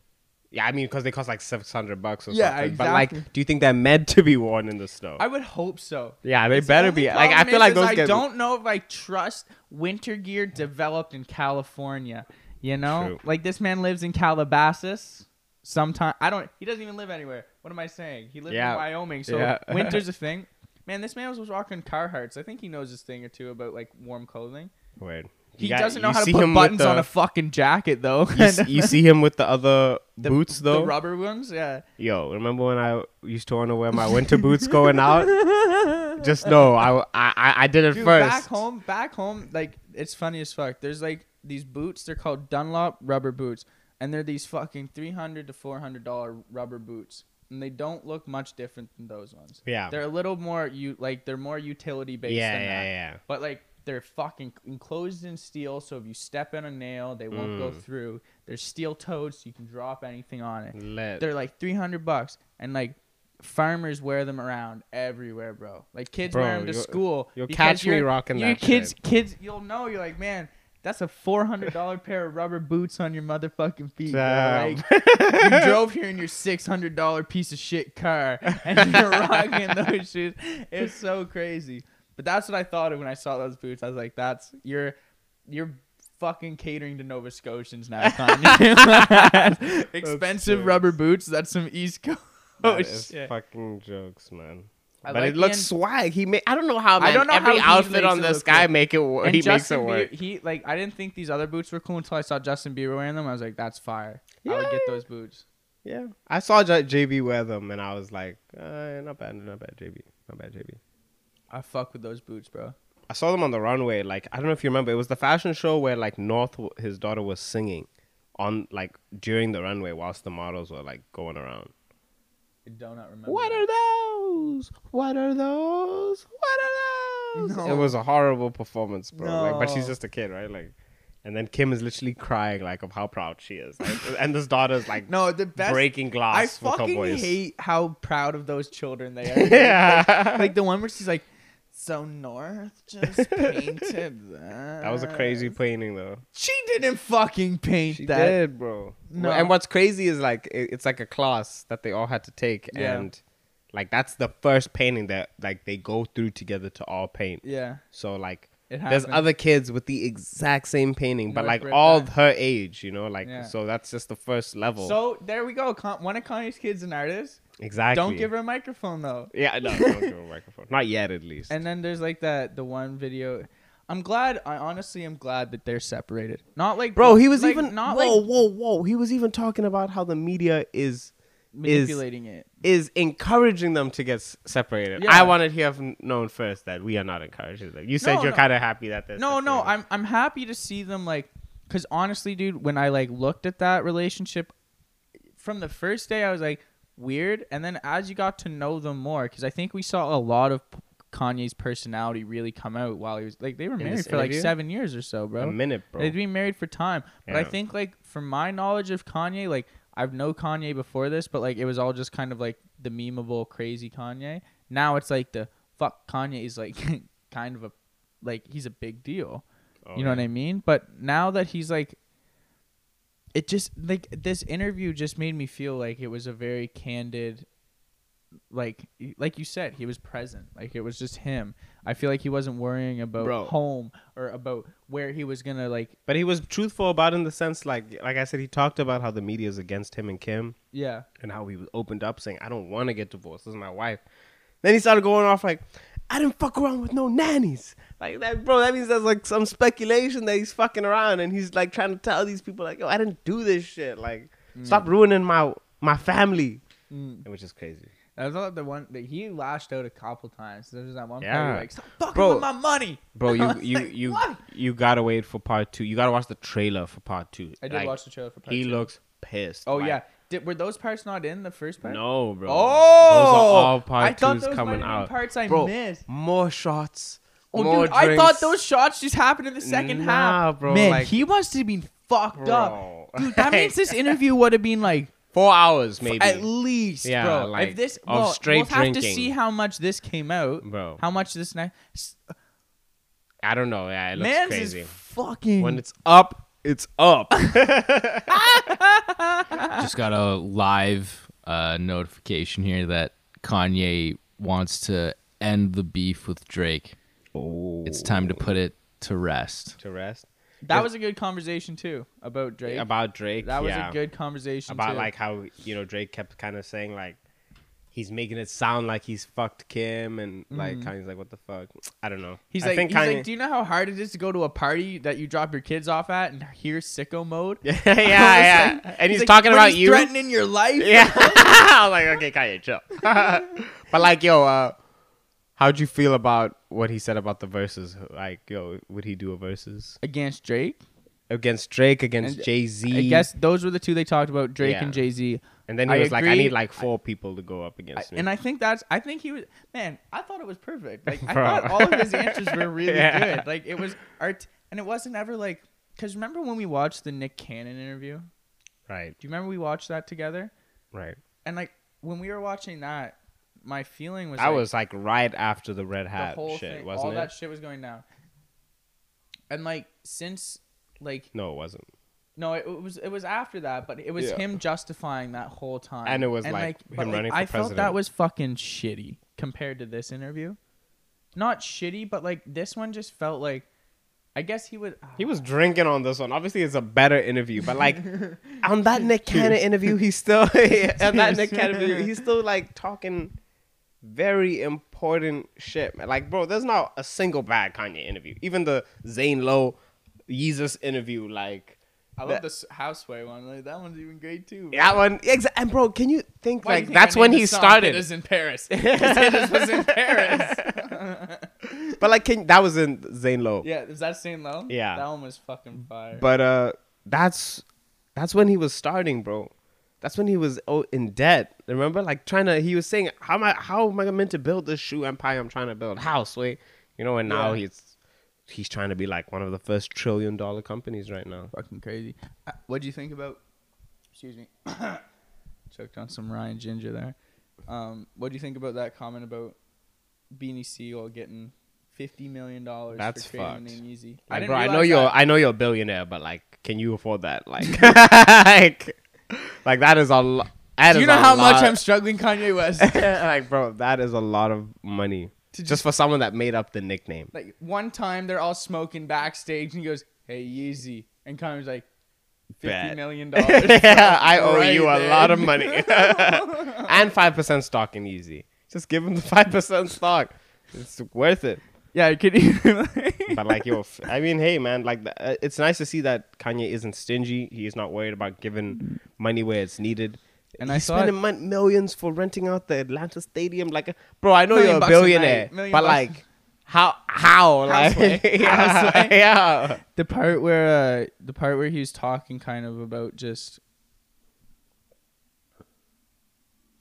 C: Yeah, I mean, because they cost like six hundred bucks or
B: Yeah,
C: something. But
B: exactly.
C: like, do you think they're meant to be worn in the snow?
B: I would hope so.
C: yeah, they
B: The
C: better
B: only
C: be. Like,
B: problem
C: I feel
B: is-
C: like
B: is
C: those
B: I
C: get
B: don't know if I trust winter gear developed in California. You know,
C: True.
B: like this man lives in Calabasas. Sometimes I don't. He doesn't even live anywhere. What am I saying? He lives
C: Yeah.
B: in Wyoming, so
C: Yeah.
B: winter's a thing. Man, this man was, was rocking Carhartts. I think he knows this thing or two about like warm clothing.
C: Weird.
B: He
C: You got-
B: doesn't know
C: you
B: how to
C: see
B: put
C: him with
B: buttons
C: the-
B: on a fucking jacket though.
C: You, s- you see him with the other
B: The-
C: boots though.
B: the rubber ones. Yeah,
C: Yo, remember when I used to want to wear my winter boots going out? Just know I I I- I did it
B: Dude,
C: first.
B: back home, back home, like it's funny as fuck. There's like these boots. They're called Dunlop rubber boots, and they're these fucking three hundred to four hundred dollar rubber boots, and they don't look much different than those ones.
C: Yeah.
B: they're a little more you like they're more utility based.
C: Yeah,
B: than
C: yeah,
B: that.
C: yeah.
B: But like they're fucking enclosed in steel, so if you step in a nail, they won't
C: Mm.
B: go through. They're steel toed, so you can drop anything on it.
C: Lit.
B: They're like three hundred bucks, and like. Farmers wear them around everywhere, bro. Like kids wear
C: Bro,
B: them to
C: you'll-
B: school.
C: you'll
B: because
C: catch me
B: you're-
C: rocking
B: your
C: that
B: kids, kids, you'll know. You're like, man, that's a four hundred dollar pair of rubber boots on your motherfucking feet. bro."
C: Damn.
B: Like, you drove here in your six hundred dollar piece of shit car, and you're rocking those shoes. It's so crazy. But that's what I thought of when I saw those boots. I was like, that's you're you're fucking catering to Nova Scotians now. Kanye. Expensive
C: jokes.
B: rubber boots. That's some East Coast.
C: That is
B: Oh, shit.
C: fucking jokes, man.
B: I
C: but
B: like
C: it
B: the
C: looks
B: end-
C: swag. He made. I don't know how.
B: I
C: Man,
B: don't know
C: every
B: how he
C: outfit
B: makes
C: on
B: it
C: this
B: look
C: guy
B: cool.
C: make it. Work.
B: And
C: He makes
B: Justin
C: it work.
B: Bieber- he like I didn't think these other boots were cool until I saw Justin Bieber wearing them. I was like, that's fire. I would get
C: Yeah.
B: those boots.
C: yeah, I saw J- JB wear them, and I was like, uh, not bad, not bad, JB, not bad, JB.
B: I fuck with those boots, bro.
C: I saw them on the runway. Like I don't know if you remember, it was the fashion show where like North, w- his daughter, was singing on like during the runway whilst the models were like going around.
B: I do not remember.
C: What
B: that.
C: are those? What are those? What are those?
B: No.
C: It was a horrible performance, bro. Like, but she's
B: No.
C: just a kid, right? Like, and then Kim is literally crying, like, of how proud she is, Like, and this daughter's like,
B: no, the best
C: breaking
B: I
C: glass with her
B: fucking
C: voice.
B: hate how proud of those children they are.
C: yeah,
B: like the one where she's like, "So North just painted that."
C: that was a crazy painting, though.
B: She didn't fucking paint
C: She
B: that.
C: did, bro.
B: No.
C: And what's crazy is like it- it's like a class that they all had to take,
B: Yeah.
C: and like that's the first painting that like they go through together to all paint.
B: Yeah,
C: So like
B: It
C: there's
B: happens.
C: other kids with the exact same painting, but
B: North
C: like
B: River.
C: all her age, you know, like
B: Yeah.
C: so that's just the first level.
B: So there we go. Con- one of Kanye's kids an artist.
C: exactly.
B: Don't give her a microphone though.
C: Yeah, no, don't give her a microphone. Not yet, at least.
B: And then there's like that the one video. I'm glad. I honestly am glad that they're separated. Not like
C: Bro, he was
B: like,
C: even
B: not
C: whoa,
B: like
C: whoa, whoa. He was even talking about how the media is is
B: manipulating it.
C: is encouraging them to get s- separated.
B: Yeah.
C: I wanted to have kn- known first that we are not encouraging them. You said
B: No,
C: you're
B: no.
C: kind of happy that this.
B: No, no, I'm I'm happy to see them like, cause honestly, dude, when I like looked at that relationship, from the first day I was like weird, and then as you got to know them more, cause I think we saw a lot of P- Kanye's personality really come out while he was like they were
C: this
B: married for like
C: interview?
B: seven years or so, bro.
C: a minute, bro.
B: They'd been married for time. But I
C: Yeah.
B: think like from my knowledge of Kanye, like I've known Kanye before this, but like it was all just kind of like the memeable crazy Kanye. Now it's like the fuck Kanye is like kind of a like he's a big deal.
C: Oh,
B: you know what I mean? But now that he's like it just like this interview just made me feel like it was a very candid like like you said he was present like it was just him i feel like he wasn't worrying about
C: Bro.
B: home or about where he was gonna like
C: But he was truthful about it in the sense, like, like I said, he talked about how the media is against him and Kim,
B: yeah
C: and how he was opened up, saying, "I don't want to get divorced. This is my wife." Then he started going off like, "I didn't fuck around with no nannies." Like that, bro. That means there's like some speculation that he's fucking around, and he's like trying to tell these people, like, "Yo, I didn't do this shit. Like, stop ruining my my family," which is crazy.
B: that was all the one that he lashed out a couple times there was that one part
C: Yeah.
B: where, like stop fucking
C: Bro.
B: with my money
C: Bro, you
B: I was
C: you
B: like,
C: you
B: "What?"
C: you gotta wait for part two. You gotta watch the trailer for part two.
B: i did
C: Like,
B: watch the trailer for part
C: He
B: two.
C: looks pissed.
B: oh
C: Like,
B: yeah Did, were those parts not in the first part?
C: No, bro.
B: Oh,
C: those are all part
B: I thought
C: twos
B: those
C: coming
B: might have been
C: out.
B: parts I
C: bro,
B: missed.
C: More shots.
B: Oh,
C: more
B: dude, I thought
C: drinks.
B: those shots just happened in the second
C: Nah,
B: half.
C: bro,
B: Man,
C: like-
B: he must have been fucked
C: Bro.
B: up. Dude, that means this interview would have been like
C: Four hours, maybe.
B: at least,
C: Yeah,
B: bro. if
C: like,
B: this,
C: of
B: well,
C: straight
B: we'll have to
C: drinking.
B: see how much this came out,
C: Bro.
B: How much this next
C: I don't know. Yeah, it looks
B: man's
C: crazy.
B: is fucking.
C: when it's up, it's up.
D: Just got a live uh, notification here that Kanye wants to end the beef with Drake.
C: oh.
D: It's time to put it to rest.
C: to rest.
B: that was a good conversation too about Drake.
C: About Drake.
B: that was
C: yeah.
B: a good conversation
C: about
B: too.
C: like how you know Drake kept kind of saying like he's making it sound like he's fucked Kim and like Kanye's like what the fuck I don't know.
B: Mm. He's
C: I
B: like,
C: think
B: he's
C: Kanye-
B: like, do you know how hard it is to go to a party that you drop your kids off at and hear sicko mode?
C: yeah
B: I was
C: yeah,
B: like-
C: and he's,
B: like,
C: talking
B: "When
C: about
B: he's
C: you.
B: threatening your life.
C: yeah, I'm like okay Kanye chill. but like yo, uh, how'd you feel about what he said about the verses? Like yo, would he do a verses
B: against Drake.
C: against Drake against
B: And uh,
C: Jay Z?
B: I guess those were the two they talked about, Drake
C: Yeah.
B: and Jay Z.
C: And then he
B: I
C: was like, I
B: agree.
C: need like four people to go up against me.
B: And I think that's. I think he was. Man, I thought it was perfect. Like I
C: Bro.
B: thought all of his answers were really
C: Yeah.
B: good. Like it was art, and it wasn't ever like. Cause remember when we watched the Nick Cannon interview? Do
C: right,
B: you remember we watched that together?
C: right.
B: And like when we were watching that, my feeling was
C: That
B: like,
C: was like right after the red
B: the
C: hat
B: whole
C: shit,
B: thing.
C: wasn't
B: all
C: it?
B: that shit was going down. And like since like
C: no, it wasn't.
B: no, it, it was it was after that, but it was
C: Yeah.
B: him justifying that whole time.
C: And it was, like,
B: but,
C: him running for
B: I felt that
C: president.
B: was fucking shitty compared to this interview. Not shitty, but like this one just felt like I guess he would ah,
C: He was drinking on this one. Obviously, it's a better interview, but like on that Nick Cannon interview, he's still on that Nick Cannon interview, he's still like talking very important shit. Man. Like, bro, there's not a single bad Kanye interview. Even the Zane Lowe, Yeezus interview, like
B: I
C: love that-
B: this houseway one. Like, that one's even great too.
C: that one. Exa- and bro, can you think like that's when he started?
B: in Paris. This was in Paris.
C: But like, can that was in Zane Lowe.
B: Yeah, is that Saint Low?
C: Yeah.
B: that one was fucking fire.
C: But uh, that's that's when he was starting, bro. That's when he was oh, in debt. Remember, like trying to, he was saying, "How am I? How am I meant to build this shoe empire? I'm trying to build house, wait, you know." And now
B: Yeah.
C: he's he's trying to be like one of the first trillion dollar companies right now.
B: fucking crazy. Uh, What do you think about? Excuse me, choked on some Ryan Ginger there. Um, what do you think about that comment about Beanie Siegel getting fifty million dollars?
C: That's
B: for creating the
C: fucked.
B: name Yeezy?
C: Like,
B: didn't
C: bro, I know
B: realize
C: you're,
B: that.
C: I know you're a billionaire, but like, can you afford that? Like, like, like that is a lot.
B: Do you know how much I'm struggling, Kanye West?
C: like, bro, that is a lot of money just for someone that made up the nickname.
B: like one time they're all smoking backstage, and he goes, "Hey Yeezy," and Kanye's like, fifty
C: Bet.
B: million dollars."
C: yeah, I owe
B: Right
C: you a
B: there.
C: lot of money. and 5% stock in Easy. Just give him the 5% stock. It's worth it.
B: yeah, can you?
C: But, like, yo, f- I mean, hey, man, like, th- uh, it's nice to see that Kanye isn't stingy. He is not worried about giving money where it's needed.
B: And I
C: He's
B: saw it-
C: spending mon- millions for renting out the Atlanta Stadium. Like, uh, bro, I know
B: Million
C: you're a
B: bucks a night.
C: billionaire,
B: Million
C: but,
B: bucks-
C: like, how? How? Like,
B: Houseway.
C: yeah,
B: Houseway.
C: yeah.
B: the part where uh, the part where he was talking kind of about just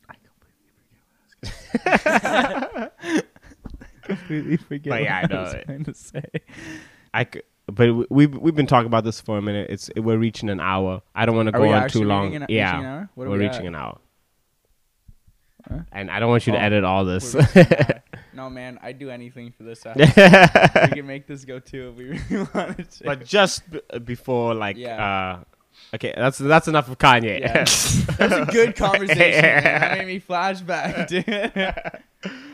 B: I completely forget
C: But
B: what
C: yeah,
B: I
C: I
B: was
C: know it.
B: going to say.
C: I c- but w- we've we've been talking about this for a minute. It's we're reaching an hour. I don't want to
B: we
C: go on
B: actually
C: too long.
B: reaching an-
C: yeah,
B: reaching an hour? What are
C: we're
B: we
C: reaching
B: at?
C: an hour.
B: Huh?
C: And I don't want you
B: Oh,
C: to edit all this.
B: We're reaching out. No man, I'd do anything for this. hour. we can make this go too if we really wanted to.
C: but just b- uh, before, like,
B: Yeah.
C: uh, okay, that's that's enough of Kanye.
B: Yeah. that was a good conversation. man. That made me flashback, dude.
C: that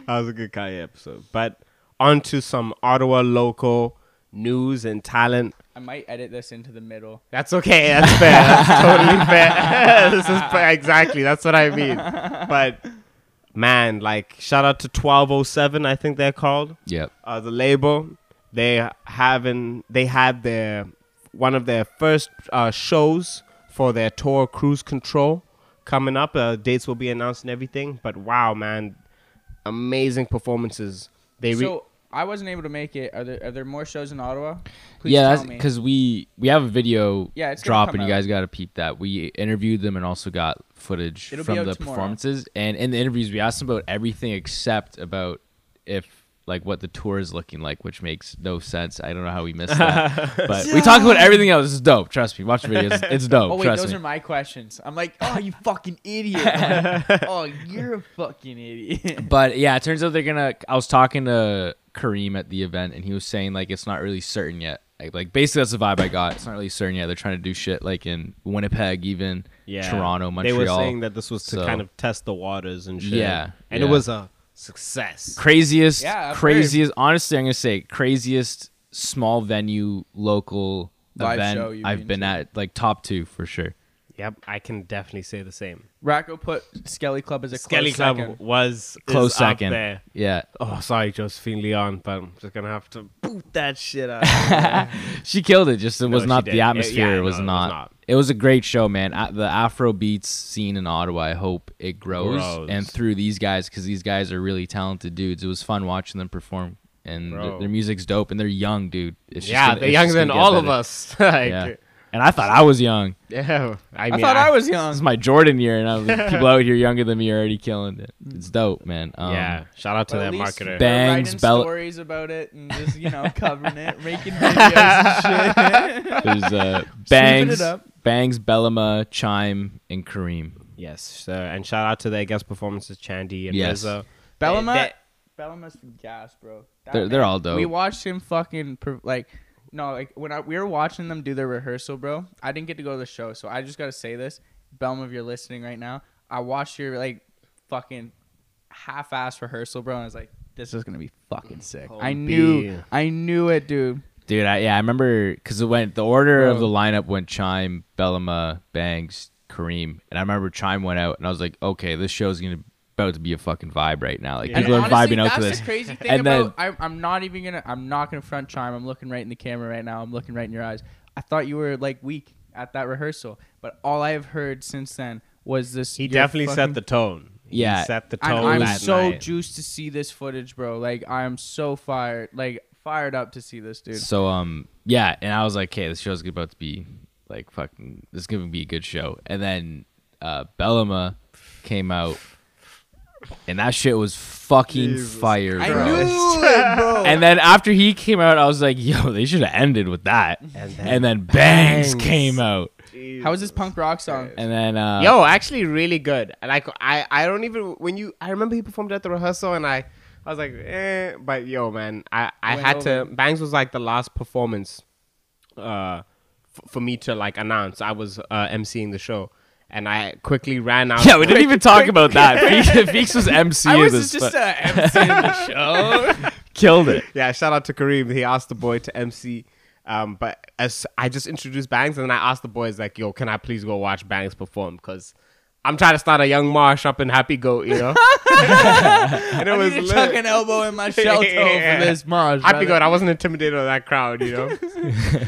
C: was a good Kanye episode. But on to some Ottawa local news and talent.
B: I might edit this into the middle.
C: That's okay. That's fair. That's totally fair. this is fair. exactly. That's what I mean. But man, like shout out to 1207. I think they're called
D: Yep.
C: uh, the label. They having they had their one of their first uh, shows for their tour Cruise Control coming up. Uh, dates will be announced and everything. But wow, man, amazing performances. They re-
B: so I wasn't able to make it. Are there are there more shows in Ottawa? Please
D: yeah,
B: tell me.
D: because we we have a video
B: Yeah, it's gonna
D: drop,
B: come
D: and you
B: out.
D: guys got to peep that. We interviewed them and also got footage
B: It'll be
D: from
B: out
D: the
B: tomorrow.
D: performances. And in the interviews, we asked them about everything except about if like what the tour is looking like, which makes no sense. I don't know how we missed that, but we talked about everything else. It's dope. Trust me. Watch the videos. It's dope.
B: Oh wait,
D: trust
B: those
D: me.
B: are my questions. I'm like, oh, you fucking idiot! I'm like, oh, you're a fucking idiot.
D: but yeah, it turns out they're gonna. I was talking to Kareem at the event, and he was saying like it's not really certain yet. Like, like basically that's the vibe I got. It's not really certain yet. They're trying to do shit like in Winnipeg, even Toronto, Montreal.
C: They were saying that this was to
D: So-
C: kind of test the waters and shit.
D: Yeah,
C: and it
D: yeah.
C: was a success.
D: craziest,
B: Yeah, I've
D: craziest. Honestly, I'm gonna say craziest small venue local
B: Live
D: event
B: show you've
D: I've
B: been
D: been
B: to.
D: at. Like top two for sure.
E: Yep, I can definitely say the same.
B: Rocco put Skelly Club as a
E: Skelly
B: close
E: Club
B: second.
E: was is
D: Close
E: up
D: second.
E: there.
D: Yeah,
E: Oh, sorry, Josephine Leon, but I'm just gonna have to boot that shit out.
D: she killed it. Just it was
E: she
D: not
E: did.
D: the
E: Yeah,
D: atmosphere.
E: yeah,
D: it, was
E: no, it was
D: not, it was
E: not.
D: a great show, man. A- the Afro beats scene in Ottawa. I hope it grows,
E: Grows.
D: and through these guys because these guys are really talented dudes. It was fun watching them perform, and their,
E: Bro.
D: their music's dope, and they're young, dude. It's just
E: yeah,
D: gonna-
E: they're
D: it's
E: younger
D: just
E: than
D: gonna get
E: all of
D: better.
E: us. like,
D: Yeah. And I thought I was young.
E: yeah, I
B: I
E: mean,
B: thought I, was
D: This
B: young.
D: is my Jordan year, and I was, people out here younger than me are already killing it. It's dope, man. Um,
E: yeah, shout out to
B: But
E: that
B: at least
E: marketer.
D: Ben-
B: they're
D: Bangs,
B: writing
D: Bella-
B: stories about it and just you know covering it, making videos and shit.
D: There's uh, Bangs,
B: it up.
D: Bangs, Bellama, Chime, and Kareem.
E: yes, so, and shout out to their guest performances, Chandy and
D: Yes.
E: Rizzo.
B: Bellama,
E: They-
B: Bellama's the gas, bro. That
D: They're- they're all dope.
B: We watched him fucking per- like, no, like when I, we were watching them do their rehearsal, bro. I didn't get to go to the show, so I just gotta say this, Bellama, if you're listening right now, I watched your like fucking half-ass rehearsal, bro, and I was like, this is gonna be fucking sick. I
E: Oh,
B: knew,
E: B.
B: I knew it, dude.
D: Dude, I, yeah, I remember because it went the order of
B: Bro.
D: the lineup went Chime, Bellama, Bangs, Kareem, and I remember Chime went out, and I was like, okay, this show's gonna about to be a fucking vibe right now. Like
E: Yeah.
D: people
B: And
D: are
B: honestly,
D: vibing out to
B: that's
D: this.
B: the crazy thing
D: And then-
B: about. I, I'm not even gonna. I'm not gonna front chime. I'm looking right in the camera right now. I'm looking right in your eyes. I thought you were like weak at that rehearsal, but all I've heard since then was this.
E: He
B: you're
E: definitely
B: fucking-
E: set the tone. He
D: Yeah.
E: set the
B: And
E: tone.
B: I'm
E: that
B: so
E: night.
B: juiced to see this footage, bro. Like I'm so fired. Like fired up to see this dude.
D: So um yeah, and I was like, okay, this show's about to be like fucking this is gonna be a good show. And then uh Bellama came out and that shit was fucking fire,
B: I
D: bro.
B: knew it, bro.
D: And then after he came out, I was like, yo, they should have ended with that. And then, Bangs, came out.
B: How was this punk rock song?
D: And then uh
C: Yo, actually, really good. Like, I, I don't even when you. I remember he performed at the rehearsal, and I, I was like, eh. But yo, man, I, I
B: Went
C: had to. Bangs was like the last performance, uh, f- for me to like announce. I was uh emceeing the show, and I quickly ran out.
D: yeah, we didn't even talk about that. Feeks Feeks was MC
B: I
D: of
B: was
D: this,
B: just
D: but
B: uh, emceeing the show.
D: killed it.
C: yeah, shout out to Kareem. He asked the boy to MC. Um, but as I just introduced Bangs, and then I asked the boys like, "Yo, can I please go watch Bangs perform? Because I'm trying to start a young marsh up in Happy Goat, you know." and it
B: I
C: was
B: need to
C: lit.
B: tuck an elbow in my shell toe
C: Yeah.
B: for this, Maj.
C: Happy
B: brother.
C: Goat. I wasn't intimidated by that crowd, you know.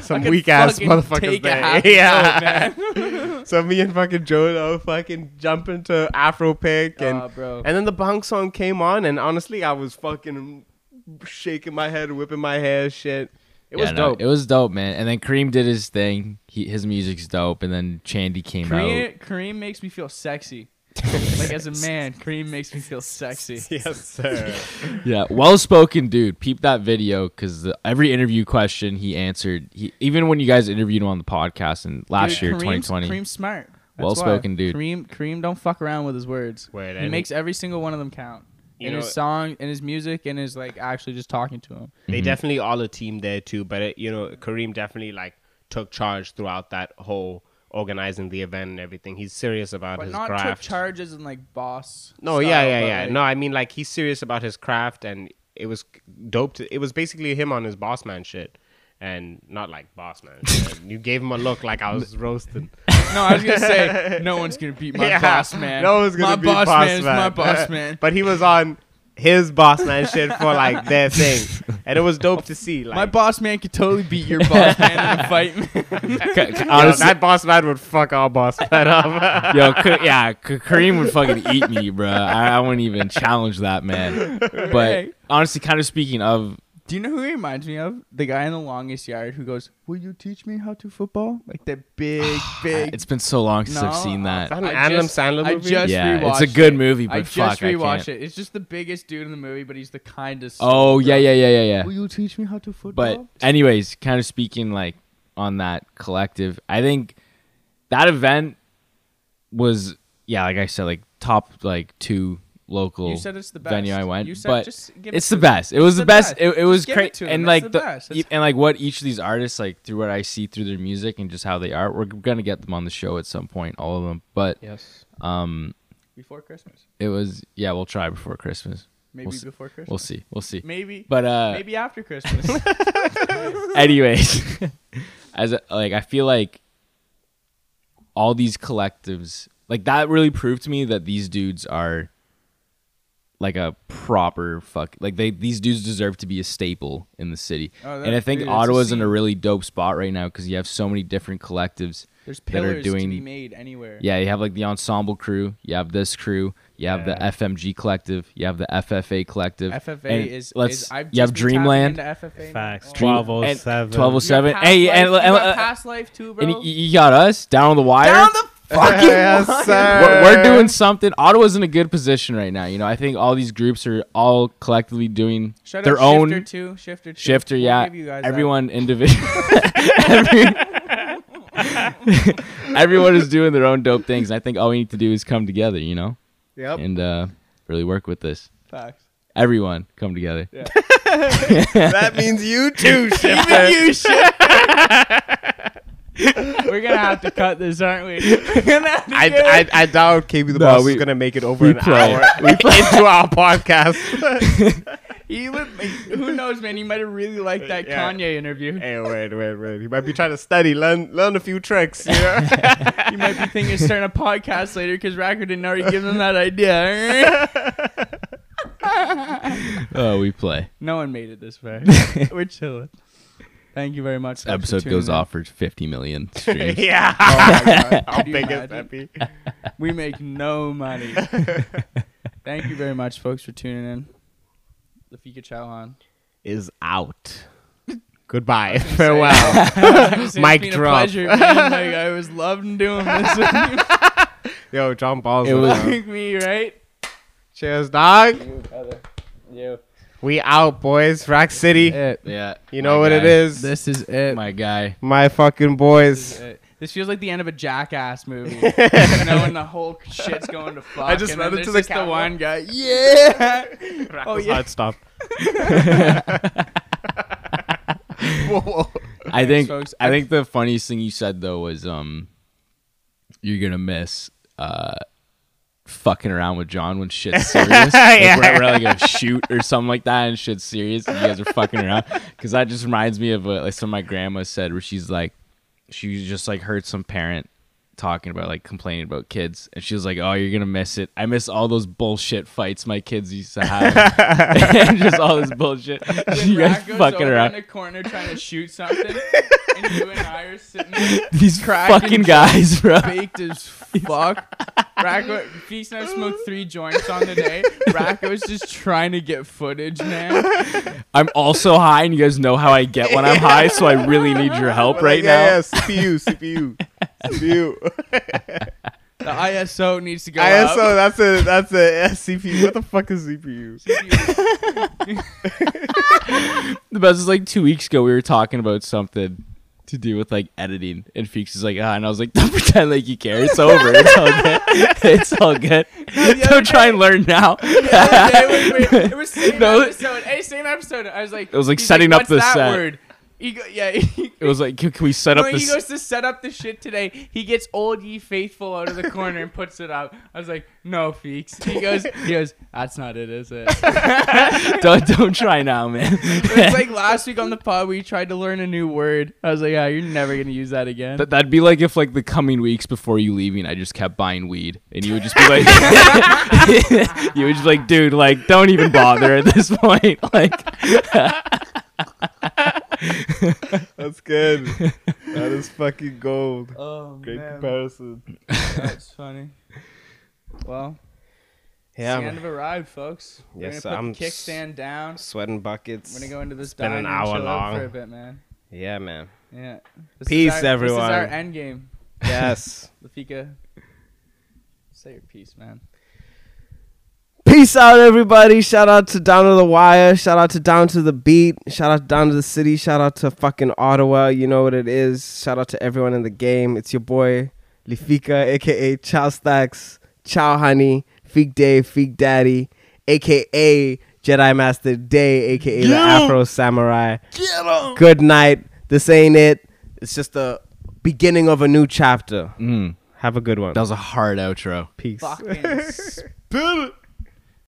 C: Some
B: Fucking
C: weak ass
B: fucking
C: motherfuckers
B: take a
C: there.
B: Happy
C: yeah. so me and fucking Joe fucking jump into Afro Pick and
B: Aw, bro.
C: and then the punk song came on and honestly I was fucking shaking my head, whipping my hair, shit. It was
D: Yeah, no,
C: dope.
D: it was dope, man. And then Kareem did his thing. He, his music's dope. And then Chandy came out.
B: Kareem, Kareem makes me feel sexy. like as a man, Kareem makes me feel sexy.
C: yes, sir.
D: Mm-hmm. Yeah, well spoken dude. Peep that video because every interview question he answered, he, even when you guys interviewed him on the podcast in last
B: Dude,
D: year,
B: Kareem's-
D: 2020.
B: Kareem's smart. That's
D: Well-spoken
B: why.
D: dude.
B: Kareem, Kareem, don't fuck around with his words.
E: Word,
B: he
E: and-
B: makes every single one of them count.
C: You
B: In
C: know-
B: his song, in his music, and his like actually just talking to him.
C: They definitely all a team there too, but it, you know Kareem definitely like took charge throughout that whole organizing the event and everything. He's serious about
B: But
C: his
B: not took
C: craft.
B: charges and like boss.
C: No,
B: style,
C: yeah, yeah,
B: but,
C: yeah.
B: like,
C: no, I mean like he's serious about his craft, and it was dope. To, it was basically him on his boss man shit, and not like boss man. shit. you gave him a look like I was roasting.
B: No, I was gonna say no one's gonna beat my
C: Yeah,
B: boss man.
C: No one's
B: my
C: gonna be
B: boss,
C: boss
B: man. Is my boss man.
C: but he was on his boss man shit for like their thing, and it was dope to see. Like
B: my boss man could totally beat your boss man in a fight. man.
C: yo, that boss man would fuck our boss man up.
D: Yo, Ka- yeah, Ka- Kareem would fucking eat me, bro. I, I wouldn't even challenge that man. But
B: Right.
D: honestly, kind of speaking of
B: Do you know who he reminds me of? The guy in the longest yard who goes, "Will you teach me how to football?" Like that big, big.
D: Uh, It's been so long since I've seen
B: No, uh,
D: that.
C: Is that an
B: I
C: Adam
B: just-
C: Sandler
B: I
C: movie?
B: just
D: Yeah, it's a
B: rewatched
D: good
B: it.
D: movie, but
B: I just
D: fuck, I
B: rewatched
D: can't.
B: it. It's just the biggest dude in the movie, but he's the kindest.
D: Oh yeah, yeah, yeah, yeah, yeah.
B: Will you teach me how to football?
D: But anyways, kind of speaking like on that collective, I think that event was yeah, like I said, like top like two local
B: You said it's the
D: venue
B: best.
D: I went.
B: You said
D: but
B: just give it
D: it's
B: to
D: the
B: them.
D: best. It was
B: It's
D: the
B: the
D: best.
B: best.
D: It, it
B: Just
D: was
B: give
D: great.
B: it to them.
D: and
B: It's
D: like
B: the
D: the,
B: best.
D: e- and like what each of these artists like through what I see through their music and just how they are. We're gonna get them on the show at some point, all of them. But
B: yes,
D: um,
B: before Christmas,
D: it was yeah, we'll try before Christmas.
B: maybe
D: see.
B: before Christmas.
D: We'll see. We'll see.
B: Maybe,
D: But uh,
B: maybe after Christmas.
D: anyways as a, like i feel like all these collectives like that really proved to me that these dudes are like a proper fuck like they these dudes deserve to be a staple in the city
B: Oh, that-
D: and i think
B: dude, it's a
D: ottawa's in a
B: scene.
D: really dope spot right now because you have so many different collectives
B: There's
D: that
B: pillars
D: are doing
B: to be made anywhere.
D: yeah, you have like the ensemble crew, you have this crew, you have
E: Yeah.
D: the FMG collective, you have the FFA collective.
B: FFA
D: and
B: is.
D: let's
B: is I've
D: you have
B: just been tapping
D: Dreamland,
B: into FFA
E: Facts.
B: now.
D: Dream- and
E: 1207.
B: You
D: 1207.
B: got
D: Hey,
B: Past
D: and,
B: Life-
D: and,
B: you got
D: uh,
B: past life too, bro.
D: and y- y- you got us down on the wire.
B: Down the
D: fucking
C: Yes,
D: wire.
C: sir.
D: We're, we're doing something. Ottawa's in a good position right now. You know, I think all these groups are all collectively doing
B: Shout
D: their
B: out
D: own
B: Shifter too. Shifter. Too.
D: shifter.
B: We'll
D: yeah,
B: give you guys that.
D: everyone individual. everyone is doing their own dope things. I think all we need to do is come together. You know,
C: Yep.
D: and uh, really work with this.
B: Facts.
D: Everyone come together.
C: that means you too, Shifter.
B: We're gonna have to cut this, aren't we? We're gonna have to do
C: I,
B: it.
C: I, I doubt KB the
D: No,
C: Boss
D: we-
C: is gonna make it over an
D: play.
C: hour into our podcast.
B: He would, who knows, man? He might have really liked that
C: Yeah.
B: Kanye interview.
C: hey, wait, wait, wait. He might be trying to study, learn, learn a few tricks. You know?
B: He might be thinking of starting a podcast later because Racker didn't already give him that idea.
D: Oh, we play.
B: no one made it this far. We're chilling. Thank you very much.
D: This episode goes off for 50 million streams.
C: yeah. Oh my God. How
B: Could you
C: big is that
B: imagine?
C: be?
B: We make no money. Thank you very much, folks, for tuning in. The Fika Chowhan.
C: Is out. Goodbye. Farewell.
B: It's
C: Mic
B: been
C: drop.
B: A pleasure, man. Like, I was loving doing this with you.
C: Yo, John Balls.
D: It was-
B: Like me, right?
C: Cheers, dog.
B: Yeah.
C: We out, boys. Rack City.
D: Yeah.
C: You know
D: my
C: what it
D: guy.
C: is.
B: This is it.
D: My guy.
C: My fucking
B: This
C: boys.
B: is it. Uh, This feels like the end of a jackass movie. you know, when the whole shit's going to fuck.
C: I just
B: and
C: ran
B: then
C: into
B: there's just
C: the camera.
B: one guy. Yeah. oh,
C: Rackles
B: yeah.
C: hard stuff. whoa, whoa.
D: I think
B: folks.
D: I think the funniest thing you said though was um you're gonna miss uh fucking around with John when shit's serious.
C: Yeah.
D: Like we're, we're like a shoot or something like that and shit's serious and you guys are fucking around. Cause that just reminds me of what like some of my grandma said where she's like she was just like heard some parent talking about like complaining about kids and she was like oh you're gonna miss it i miss all those bullshit fights my kids used to have and just all this bullshit
B: Then
D: you guys
B: Rat goes
D: fucking
B: over
D: around
B: in the corner trying to shoot something. and you and I are sitting there
D: these
B: cracking
D: fucking guys bro
B: baked as fuck. Racco, Feast and I smoked three joints on the day. Racco's just trying to get footage, man.
D: I'm also high, and you guys know how I get when I'm high, so I really need your help
C: But
D: right
C: like, yeah,
D: now.
C: Yeah, CPU, CPU, CPU.
B: The ISO needs to go
C: ISO.
B: up.
C: That's a that's a CPU. What the fuck is CPU?
D: The best is like two weeks ago, we were talking about something to do with like editing, and Feeks is like, ah, and I was like, don't pretend like you care. It's over. It's all good. It's all good.
B: the other
D: Don't try and learn now.
B: Okay, wait, wait. It was same
D: No.
B: episode. Hey, same episode. I was like,
D: It was like
B: he's
D: setting up
B: "What's
D: the
B: that
D: set."
B: Word? He go, yeah. He,
D: It was like, can, can we set up
B: when he
D: this?
B: goes to set up the shit today, he gets old ye faithful out of the corner and puts it up. I was like, no, Feeks. He goes, he goes, that's not it, is it?
D: Don't don't try now, man.
B: it's like last week on the pod we tried to learn a new word. I was like, yeah, you're never gonna use that again.
D: That, that'd be like if like the coming weeks before you leaving, I just kept buying weed, and you would just be like, you would just be like, dude, like, don't even bother at this point. Like,
C: That's good. that is fucking gold.
B: oh
C: Great comparison.
B: that's funny. Well,
C: Yeah,
B: it's the
C: man.
B: end of a ride, folks. We're
C: Yes,
B: gonna put
C: I'm
B: the kickstand down.
C: Sweating buckets.
B: We're gonna go into this.
C: been an
B: dining and
C: hour
B: chill out for
C: long.
B: a bit, man.
C: yeah, man.
B: Yeah. This is
C: Peace,
B: our- This is
C: everyone.
B: our end game,
C: Yes.
B: Lafika. Say your piece, man.
C: Peace out, everybody. Shout out to Down to the Wire. Shout out to Down to the Beat. Shout out to Down to the City. Shout out to fucking Ottawa. You know what it is. Shout out to everyone in the game. It's your boy, Lifika, aka Chow Stacks, Chow Honey, Feek Dave, Feek Daddy, aka Jedi Master Day, aka the Afro Samurai. Good night. This ain't it. It's just the beginning of a new chapter.
D: Mm,
C: Have a good one.
D: that was a hard outro.
C: Peace.
B: Fucking
C: Spill it.